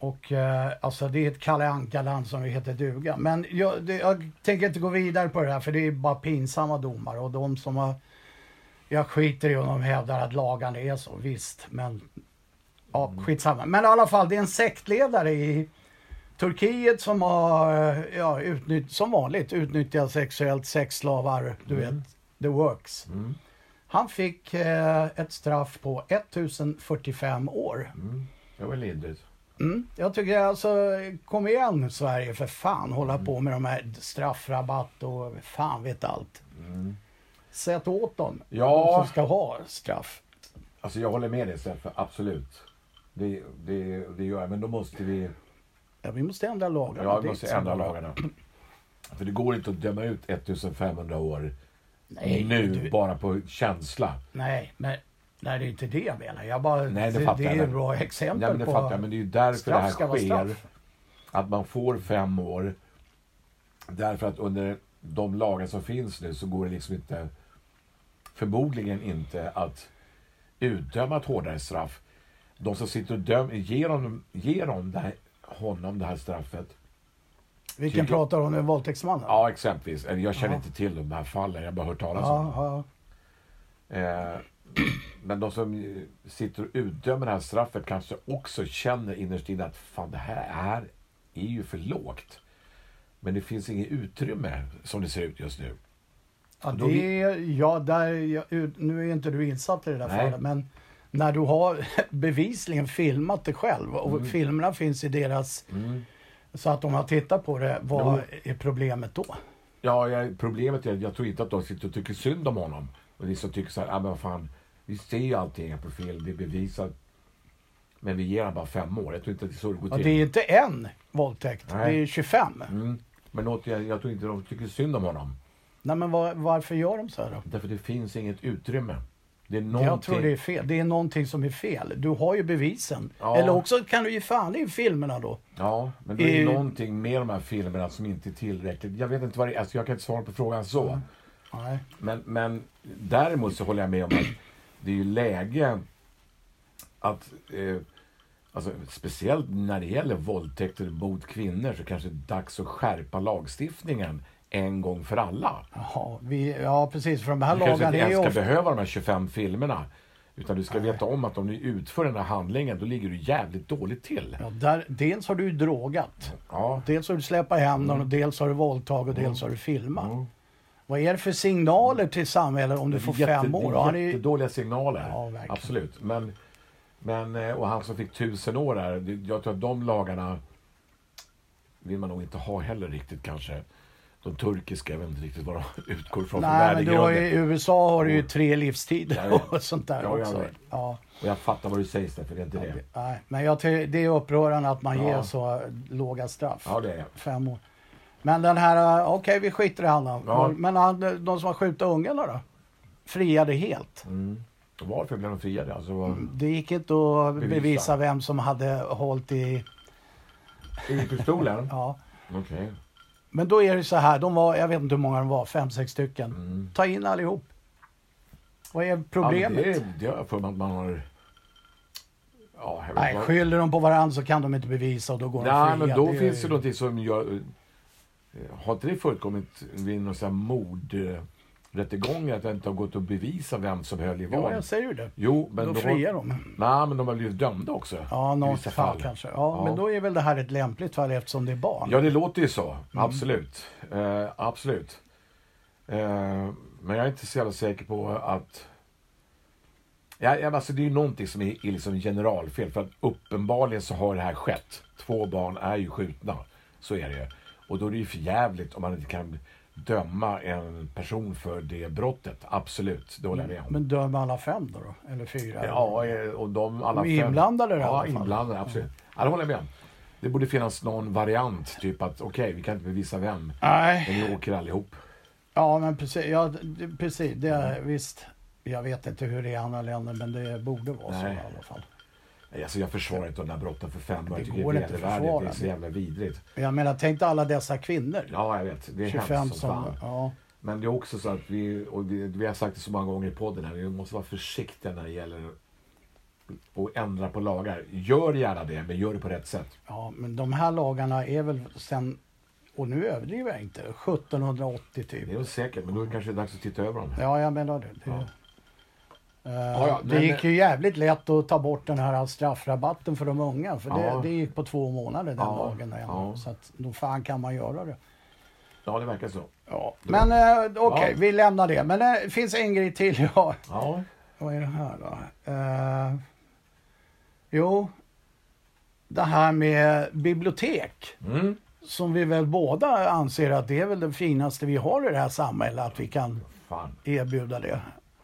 S1: Och eh, alltså det är ett Kalle Anka-land som heter duga. Men jag, det, jag tänker inte gå vidare på det här för det är bara pinsamma domar och de som har... Jag skiter i om de hävdar att lagarna är så, visst. Men ja, skitsamma. Men i alla fall, det är en sektledare i Turkiet som har, eh, ja, utnytt, som vanligt, utnyttjat sexuellt sexslavar, du vet, the works.
S2: Mm.
S1: Han fick eh, ett straff på 1045 år.
S2: Mm. Det var lindrigt.
S1: Mm. Jag tycker alltså, kom igen nu, Sverige för fan, hålla på med de här straffrabatt och fan vet allt.
S2: Mm.
S1: Sätt åt dem,
S2: Ja.
S1: de som ska ha straff.
S2: Alltså jag håller med dig Steffe, absolut. Det, det, det gör jag, men då måste vi,
S1: Ja, vi måste ändra lagarna.
S2: ja,
S1: Det
S2: vi
S1: är
S2: måste
S1: inte så
S2: ändra
S1: bra.
S2: lagarna. För det går inte att döma ut 1500 år
S1: Nej,
S2: nu
S1: du-
S2: bara på känsla.
S1: Nej, men nej, det är inte det jag menar. Jag bara,
S2: Nej, det
S1: det,
S2: fattar
S1: det är
S2: jag,
S1: ett
S2: men-
S1: bra exempel
S2: Nej men det
S1: på...
S2: fattar jag, men det är ju därför det
S1: straff
S2: här
S1: ska vara
S2: sker.
S1: straff.
S2: Att man får fem år. Därför att under de lagar som finns nu så går det liksom inte, förmodligen inte att utdöma ett hårdare straff. De som sitter och dömer, ger honom, ger honom det här, honom det här straffet
S1: Vilken
S2: tycker-
S1: pratar om nu? Våldtäktsmannen?
S2: Ja, exempelvis. Eller Jag känner
S1: Ja.
S2: inte till de här fallen, jag har bara hört talas om
S1: ja,
S2: dem.
S1: ja.
S2: Eh, Men de som eh, sitter och utdömer det här straffet kanske också känner innerst inne att fan, det här är, är ju för lågt. Men det finns inget utrymme som det ser ut just nu.
S1: Ja,
S2: Då
S1: det, ja där, jag, nu är inte du insatt i det där
S2: Nej.
S1: fallet, men när du har bevisligen filmat det själv och
S2: Mm.
S1: filmerna finns i deras... Så att de har tittat på det, vad är problemet då?
S2: Ja, jag, problemet är att jag tror inte att de sitter och tycker synd om honom. Och de som tycker så här, ah, men vad fan, vi ser ju allting här på film, det är bevisat. Men vi ger honom bara fem år. Jag tror inte att det är så det går
S1: Ja,
S2: till.
S1: det är inte en våldtäkt,
S2: Nej.
S1: det är 25.
S2: mm. Men återigen, jag tror inte de tycker synd om honom.
S1: Nej, men var, varför gör de så här då?
S2: Därför det finns inget utrymme. Det är
S1: Jag tror
S2: någonting...
S1: det är fel. Det är någonting som är fel. Du har ju bevisen.
S2: Ja.
S1: Eller också kan du ge fan i filmerna då.
S2: Ja, men det är
S1: Eh,
S2: någonting med de här filmerna som inte är tillräckligt. Jag vet inte vad det är, alltså jag kan inte svara på frågan så.
S1: Mm. Nej.
S2: Men, men däremot så håller jag med om att det är ju läge att... Eh, alltså, speciellt när det gäller våldtäkter mot kvinnor så kanske det är dags att skärpa lagstiftningen en gång för alla.
S1: Jaha, vi, ja, precis. För de här
S2: Du kanske
S1: lagarna
S2: inte
S1: är ju
S2: ens ska
S1: ofta...
S2: behöva de här 25 filmerna. Utan du ska veta om att om du utför den här handlingen då ligger du jävligt dåligt till.
S1: Ja, där, dels har du ju drogat.
S2: Ja.
S1: Dels har du släpat hem någon, och dels har du våldtagit och dels har du filmat.
S2: Mm.
S1: Vad är det för signaler till samhället om du får fem år?
S2: Det
S1: Han
S2: är
S1: är ju...
S2: jättedåliga signaler.
S1: Ja, verkligen.
S2: Absolut. Men, men, eh, och han som fick tusen år där. det- Jag tror att de lagarna vill man nog inte ha heller riktigt kanske. De turkiska, jag vet inte riktigt vad de utgår från för
S1: Nej, men du har ju,
S2: värdegrunden.
S1: I USA har du ju tre livstider
S2: Ja, ja.
S1: och sånt där
S2: Ja, ja,
S1: också.
S2: ja.
S1: Ja.
S2: Och jag fattar vad du säger Stefan, det är inte det.
S1: Nej, men jag tycker det är upprörande att man
S2: Ja.
S1: ger så låga straff.
S2: Ja, det är det.
S1: Fem år. Men den här, eh, okej vi skiter i honom.
S2: Ja.
S1: Men han, de som har skjutit ungarna då? Friade helt.
S2: Mm. Varför blev de friade? Alltså, vad-
S1: Det gick inte att bevisa.
S2: Bevisa.
S1: vem som hade hållit i...
S2: I pistolen?
S1: Ja.
S2: Okej.
S1: Men då är det så här, de var, jag vet inte hur många de var, fem, sex stycken.
S2: Mm.
S1: Ta in allihop. Vad är
S2: Ja, men
S1: problemet?
S2: det, det har jag för mig att man har... Ja, jag vet
S1: Nej,
S2: vad-
S1: skyller de på varandra så kan de inte bevisa och då går de
S2: Nej,
S1: fria.
S2: men då
S1: Det är-
S2: finns det någonting som gör... Har inte det förekommit vid någon sån här mord... eh, rättegången att det inte har gått att bevisa vem som höll i
S1: Ja,
S2: vad.
S1: jag säger ju det.
S2: Jo, men
S1: Då
S2: de
S1: friar
S2: har...
S1: de.
S2: Nej, men de har blivit dömda också.
S1: Ja,
S2: i
S1: något
S2: vissa
S1: fall, kanske. Ja, men då är väl det här ett lämpligt fall eftersom det är barn.
S2: Ja, det låter ju så. Absolut. Eh, absolut. Eh, men jag är inte så jävla säker på att... Ja, ja, men alltså det är ju någonting som är, är liksom generalfel. För att uppenbarligen så har det här skett. Två barn är ju skjutna. Så är det ju. Och då är det ju för jävligt om man inte kan döma en person för det brottet. Absolut, det håller jag med om.
S1: Men döm alla fem då, då? Eller fyra?
S2: Ja, eh, och de alla
S1: De är inblandade i
S2: ja,
S1: alla fall. Mm.
S2: inblandade, absolut. Ja, det håller jag med om. Det borde finnas någon variant, typ att okej, vi kan inte bevisa vem,
S1: Nej.
S2: men vi åker allihop.
S1: Ja, men precis. Ja, det- precis. Det är, visst. Jag vet inte hur det är i andra länder, men det borde vara så
S2: Nej.
S1: i alla fall.
S2: Nej, Alltså jag försvarar inte de där brotten för fem öre.
S1: Det
S2: Jag tycker
S1: går
S2: Det
S1: inte att
S2: är vedervärdigt. Det är
S1: försvara.
S2: så jävla vidrigt.
S1: Men Jag menar, tänk dig alla dessa kvinnor.
S2: Ja, jag vet. Det är
S1: 25
S2: hemskt som
S1: som...
S2: fan.
S1: Ja.
S2: Men det är också så att vi, och vi, vi har sagt det så många gånger i podden här, vi måste vara försiktiga när det gäller att ändra på lagar. Gör gärna det, men gör det på rätt sätt.
S1: ja, men de här lagarna är väl sen... Och nu överdriver jag inte. 1780
S2: Det
S1: typ.
S2: är väl säkert, men då är det kanske dags att titta över dem.
S1: Ja, jag menar det. Det,
S2: Ja.
S1: Eh,
S2: ja,
S1: det
S2: men-
S1: gick ju jävligt lätt att ta bort den här straffrabatten för de unga. För det,
S2: Ja.
S1: det gick på två månader den
S2: Ja,
S1: lagen. igen.
S2: ja.
S1: Så att då fan kan man göra det.
S2: Ja, det verkar så.
S1: Ja, men eh, okej,
S2: Ja.
S1: vi lämnar det. Men det finns en grej till. Ja.
S2: Ja,
S1: Vad är det här då? Eh, jo, det här med bibliotek.
S2: Mm.
S1: Som vi väl båda anser att det är väl det finaste vi har i det här samhället. Att vi kan
S2: fan.
S1: erbjuda det.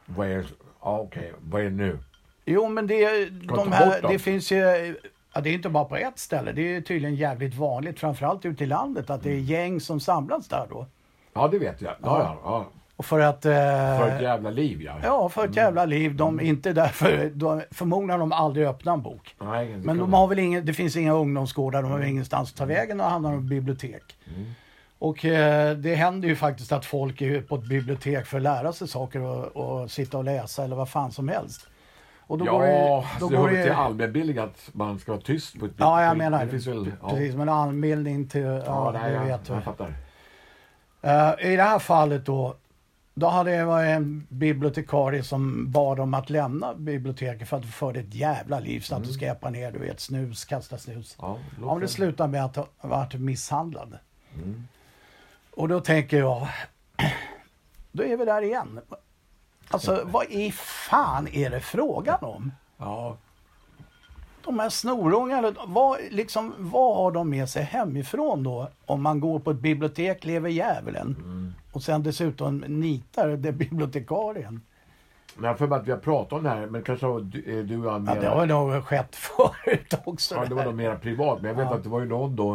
S2: Vad är, ja, okej. vad är det nu?
S1: Jo, men det, de
S2: ta bort
S1: här,
S2: dem.
S1: det finns ju... Ja, det är inte bara på ett ställe. Det är tydligen jävligt vanligt, framförallt ute i landet, att det
S2: Mm.
S1: är gäng som samlas där då.
S2: Ja, det vet jag. Ja, ja, ja.
S1: Och för att... Eh,
S2: För ett Mm. jävla liv, ja.
S1: Ja, för ett jävla liv. De är inte där för... De, förmodligen har de aldrig öppnat en bok.
S2: Nej, det
S1: Men
S2: kan-
S1: de har väl ingen, det finns inga ungdomsgårdar, de har ingenstans att ta vägen och hamnar i bibliotek.
S2: Mm.
S1: Och eh, det händer ju faktiskt att folk är på ett bibliotek för att lära sig saker och, och sitta och läsa eller vad fan som helst. Och då
S2: ja,
S1: går
S2: alltså,
S1: det, då
S2: det
S1: går
S2: hör
S1: det,
S2: väl till allmänbildning att man ska vara tyst på ett
S1: Ja, jag
S2: på-
S1: menar
S2: det. finns väl... Ja,
S1: Precis, men anmälning till... Ja,
S2: Ja, nej,
S1: det
S2: jag,
S1: vet du.
S2: jag fattar.
S1: Eh, I det här fallet då, då hade det varit en bibliotekarie som bad om att lämna biblioteket för att du förde ett jävla liv. Så att du skräpar ner, du vet, snus, kasta snus.
S2: Mm. Ja, låt
S1: Om det
S2: det.
S1: slutar med att ha varit misshandlad.
S2: Mm.
S1: Och då tänker jag, då är vi där igen. Alltså vad i fan är det frågan om?
S2: Ja,
S1: De här snorungarna, vad, liksom, vad har de med sig hemifrån då? Om man går på ett bibliotek, lever djävulen.
S2: Mm.
S1: Och sen dessutom nitar det bibliotekarien.
S2: men jag får bara att vi har pratat om det här, men kanske har du, eh, du och jag
S1: Ja,
S2: mera,
S1: det har nog skett förut också.
S2: ja, det var
S1: där.
S2: nog mera privat, men jag vet
S1: Ja.
S2: att det var ju någon då...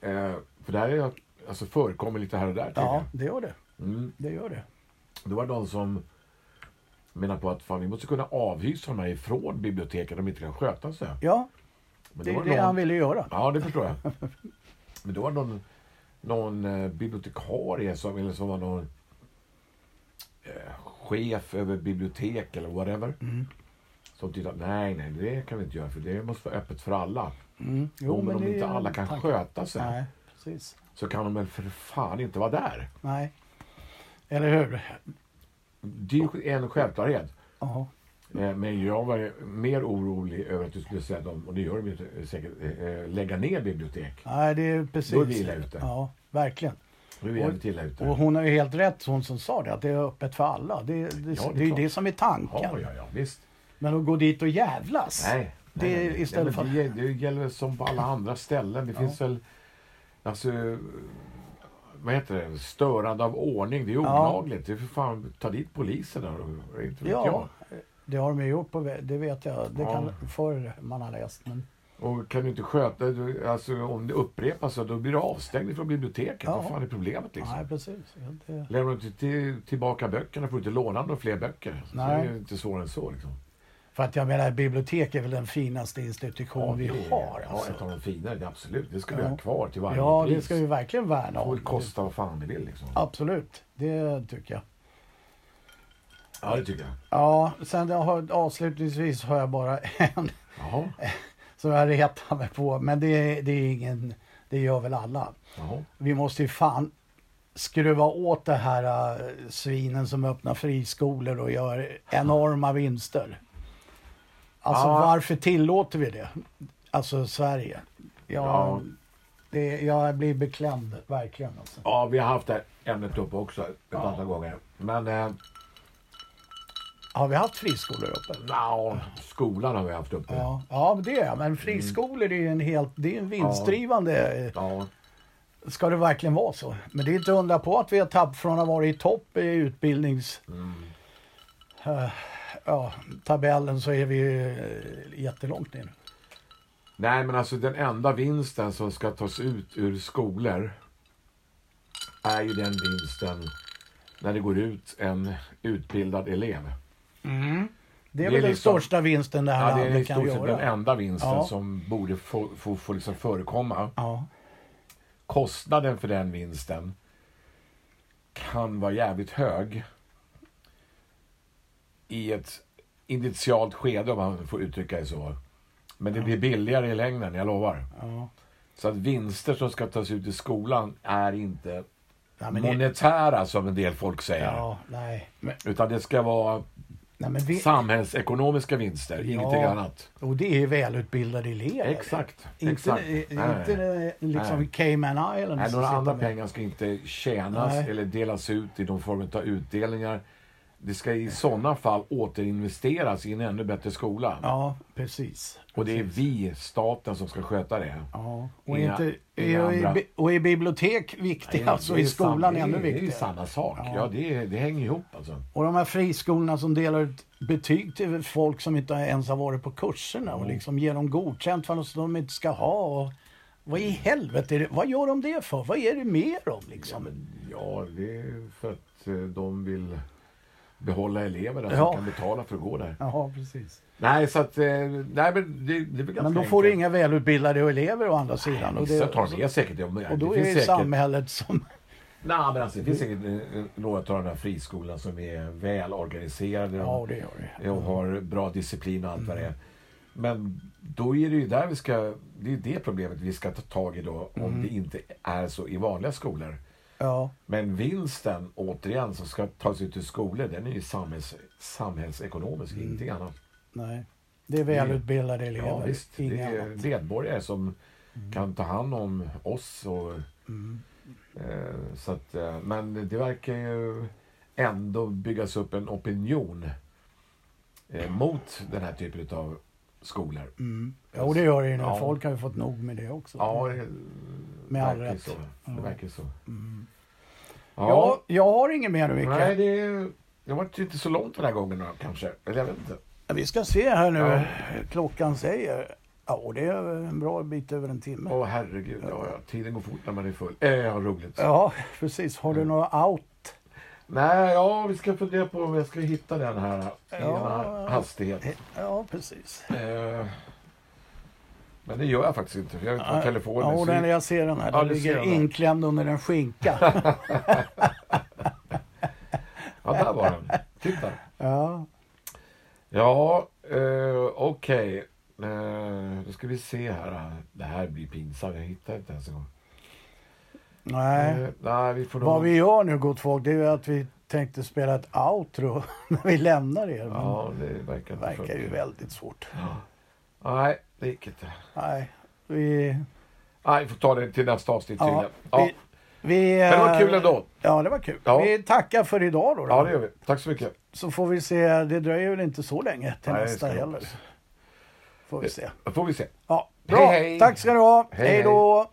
S2: Eh, för det här är, alltså, förekommer lite här och där, tycker
S1: ja
S2: jag.
S1: det gör det.
S2: Mm.
S1: Det gör det.
S2: Det var någon som menade på att fan, vi måste kunna avhysa de här ifrån biblioteket om de inte kan sköta sig.
S1: Ja, det
S2: Men då
S1: är
S2: var
S1: det
S2: någon-
S1: han ville göra.
S2: Ja, det förstår jag. Men då var det någon, någon eh, bibliotekarie som, eller som var någon eh, chef över bibliotek eller whatever.
S1: Mm.
S2: Som tyckte att nej, nej, det kan vi inte göra för det måste vara öppet för alla.
S1: Mm.
S2: Jo, men, om
S1: det är
S2: inte
S1: en
S2: alla kan
S1: tanke.
S2: sköta sig
S1: Nej, precis.
S2: så kan de väl för fan inte vara där.
S1: Nej. Eller hur?
S2: Det är ju en självklarhet.
S1: Ja.
S2: Eh, Men jag var mer orolig över att du skulle säga att de, och det gör de ju inte, eh, säkert, eh, eh, lägga ner bibliotek.
S1: Nej, det är precis.
S2: Då är vi illa ute.
S1: Ja, verkligen.
S2: Nu är vi
S1: Och-
S2: jävligt illa
S1: Och
S2: ute.
S1: hon har ju helt rätt, hon som sa det, att det är öppet för alla. Det, det,
S2: Ja, det är
S1: det är ju
S2: klart.
S1: det som är tanken.
S2: Ja, ja, ja, visst.
S1: Men att gå dit och jävlas.
S2: Nej.
S1: Det
S2: nej,
S1: är
S2: nej, nej.
S1: istället
S2: Nej, men det, det gäller som på alla andra ställen. Det finns väl... Alltså... Vad heter det? Störande av ordning. Det är olagligt. Det är för fan... Ta dit polisen där. och- Inte vet
S1: ja,
S2: jag.
S1: det har de ju gjort på vä- det vet jag. Det
S2: Ja.
S1: kan förr man har läst. Men,
S2: Och kan du inte sköta... du- Alltså om det upprepas så då blir du avstängd från biblioteket.
S1: Ja.
S2: Vad fan är problemet liksom?
S1: Nej, precis. Ja, det,
S2: Lämnar du inte till, tillbaka böckerna får du inte låna några fler böcker. Så
S1: Nej.
S2: Det är ju inte svårare än så liksom.
S1: för att jag menar, bibliotek är väl den finaste institution vi
S2: det är-
S1: har.
S2: Ja, ett
S1: Alltså.
S2: av de finare. det är Absolut. Det ska vi
S1: Ja.
S2: ha kvar till varje
S1: Ja,
S2: pris.
S1: det ska vi verkligen värna
S2: Det får
S1: om.
S2: kosta vad fan det vill liksom.
S1: Absolut, det tycker jag.
S2: Ja, det tycker jag.
S1: Ja, sen jag har, avslutningsvis har jag bara en
S2: Jaha.
S1: som jag retar mig på. Men det, det är ingen, det gör väl alla.
S2: Jaha.
S1: Vi måste ju fan skruva åt det här äh, svinen som öppnar friskolor och gör enorma vinster. Alltså
S2: Ja.
S1: varför tillåter vi det? Alltså Sverige. Jag,
S2: Ja.
S1: det, jag blir beklämd, verkligen. Alltså.
S2: Ja, vi har haft det här ämnet uppe också ett
S1: Ja.
S2: antal gånger. Men eh,
S1: Har vi haft friskolor uppe?
S2: nja, skolan har vi haft uppe.
S1: Ja, ja men det är jag. Men friskolor är ju en helt, det är en vinstdrivande.
S2: Ja.
S1: Ska det verkligen vara så? Men det är inte undra på att vi har tappat från att ha varit i topp i utbildnings...
S2: Mm.
S1: Eh, ja, tabellen så är vi ju eh, jättelångt ner nu.
S2: Nej, men alltså den enda vinsten som ska tas ut ur skolor är ju den vinsten när det går ut en utbildad elev.
S1: Det är,
S2: Det är
S1: väl den
S2: liksom-
S1: största vinsten det här
S2: Ja, det är i
S1: landet kan
S2: stort sett den
S1: göra.
S2: enda vinsten
S1: Ja.
S2: som borde få, få, få liksom förekomma.
S1: Ja.
S2: Kostnaden för den vinsten kan vara jävligt hög i ett initialt skede, om man får uttrycka det så. Men det blir billigare i längden, jag lovar.
S1: Ja.
S2: Så att vinster som ska tas ut i skolan är inte
S1: Nej, men det,
S2: monetära, som en del folk säger.
S1: ja, nej. Men,
S2: Utan det ska vara
S1: nej, men vi,
S2: samhällsekonomiska vinster, ingenting annat.
S1: och det är ju välutbildade elever.
S2: Exakt.
S1: Inte,
S2: exakt.
S1: eh,
S2: Nej.
S1: inte eh, liksom
S2: Nej.
S1: Cayman Islands.
S2: Nej,
S1: som
S2: några
S1: sitter
S2: andra
S1: med-
S2: pengar ska inte tjänas
S1: Nej.
S2: eller delas ut i någon form av utdelningar. Det ska i sådana fall återinvesteras i en ännu bättre skola.
S1: Ja, precis.
S2: Och det är vi, staten, som ska sköta det.
S1: Ja, och,
S2: Inga-
S1: inte,
S2: inga
S1: och,
S2: andra.
S1: i, och i bibliotek viktiga, alltså
S2: Det är
S1: i skolan
S2: sam-
S1: ännu
S2: det är- Det är ju
S1: viktigare.
S2: samma sak. Ja, det, är- det hänger ihop alltså.
S1: Och de här friskolorna som delar ut betyg till folk som inte ens har varit på kurserna
S2: Mm.
S1: och liksom ger dem godkänt för något som de inte ska ha. Och, vad i helvete är det, vad gör de det för? Vad är det med dem liksom?
S2: Ja, det är för att eh, de vill behålla elever där
S1: Ja.
S2: som kan betala för att gå där.
S1: Jaha, precis.
S2: Nej, så att... eh, Nej, men det, det är väl ganska
S1: Men då får du
S2: enkelt.
S1: inga välutbildade elever å andra sidan. Och,
S2: Vissa
S1: det,
S2: tar med säkert det. men
S1: och då
S2: det
S1: är
S2: finns
S1: det
S2: säkert...
S1: samhället som...
S2: Nej, men alltså, det finns säkert eh, några av de här friskolorna som är välorganiserade
S1: Ja, det Mm. gör det.
S2: och har bra disciplin och allt vad det är. Men då är det ju där vi ska... Det är det problemet vi ska ta tag i då om
S1: Mm.
S2: det inte är så i vanliga skolor.
S1: Ja,
S2: Men vinsten, återigen, som ska tas ut ur skolor, den är ju samhälls, samhällsekonomisk,
S1: Mm.
S2: ingenting annat.
S1: nej. Det är välutbildade elever.
S2: Ja, visst. Det
S1: Inga
S2: är
S1: annat. Mm.
S2: medborgare som kan ta hand om oss. Och, eh, så att, eh, men det verkar ju ändå byggas upp en opinion eh, mot den här typen av skolor.
S1: Mm. Jo, det gör det ju nu.
S2: Ja.
S1: Folk har ju fått nog med det också.
S2: Ja, det
S1: Mm. med all
S2: verkar ju
S1: rätt. Mm.
S2: så. Det verkar ju så.
S1: Ja,
S2: Ja,
S1: jag har inget mer nu, Micke.
S2: nej, det, det var inte så långt den här gången då, kanske. Eller jag vet inte.
S1: Vi ska se här nu.
S2: Ja.
S1: Klockan säger... Ja, och det är en bra bit över en timme.
S2: Åh herregud, ja, ja, tiden går fort när man är full. Eh, ja, roligt.
S1: Ja, precis. Har
S2: Mm.
S1: du några out?
S2: Nej, ja, vi ska fundera på om jag ska hitta den här eh, i en
S1: Ja.
S2: hastighet.
S1: Ja, precis.
S2: Eh, Men det gör jag faktiskt inte, för jag är på telefonen.
S1: Ja,
S2: så-
S1: och den, jag ser den här.
S2: Ja,
S1: Den
S2: du ser
S1: ligger
S2: den.
S1: inklämd under en skinka.
S2: Ja, där var den. Titta.
S1: ja.
S2: Ja, eh, okej. Eh, då ska vi se här. Det här blir pinsamt, jag hittar inte ens en gång.
S1: Nej.
S2: Eh, nej, vi får nog...
S1: Vad vi gör nu, gott folk, det är ju att vi tänkte spela ett outro när vi lämnar er. Men
S2: Ja, det verkar
S1: det
S2: inte
S1: verkar ju
S2: funka.
S1: väldigt svårt.
S2: Nej, det gick inte.
S1: Nej, vi...
S2: Nej, vi får ta det till nästa avsnitt
S1: Ja,
S2: tydligen. Ja.
S1: vi, vi,
S2: Men det var
S1: eh,
S2: kul ändå.
S1: Ja, det var kul.
S2: Ja.
S1: Vi tackar för idag då. då.
S2: Ja, det gör vi. Tack så mycket.
S1: Så får vi se, det dröjer väl inte så länge till
S2: Nej, det
S1: nästa
S2: ska jag
S1: heller.
S2: hoppas.
S1: Får vi se.
S2: Då får vi se.
S1: Ja, bra.
S2: Hej, hej.
S1: Tack ska du ha.
S2: Hej,
S1: hej då.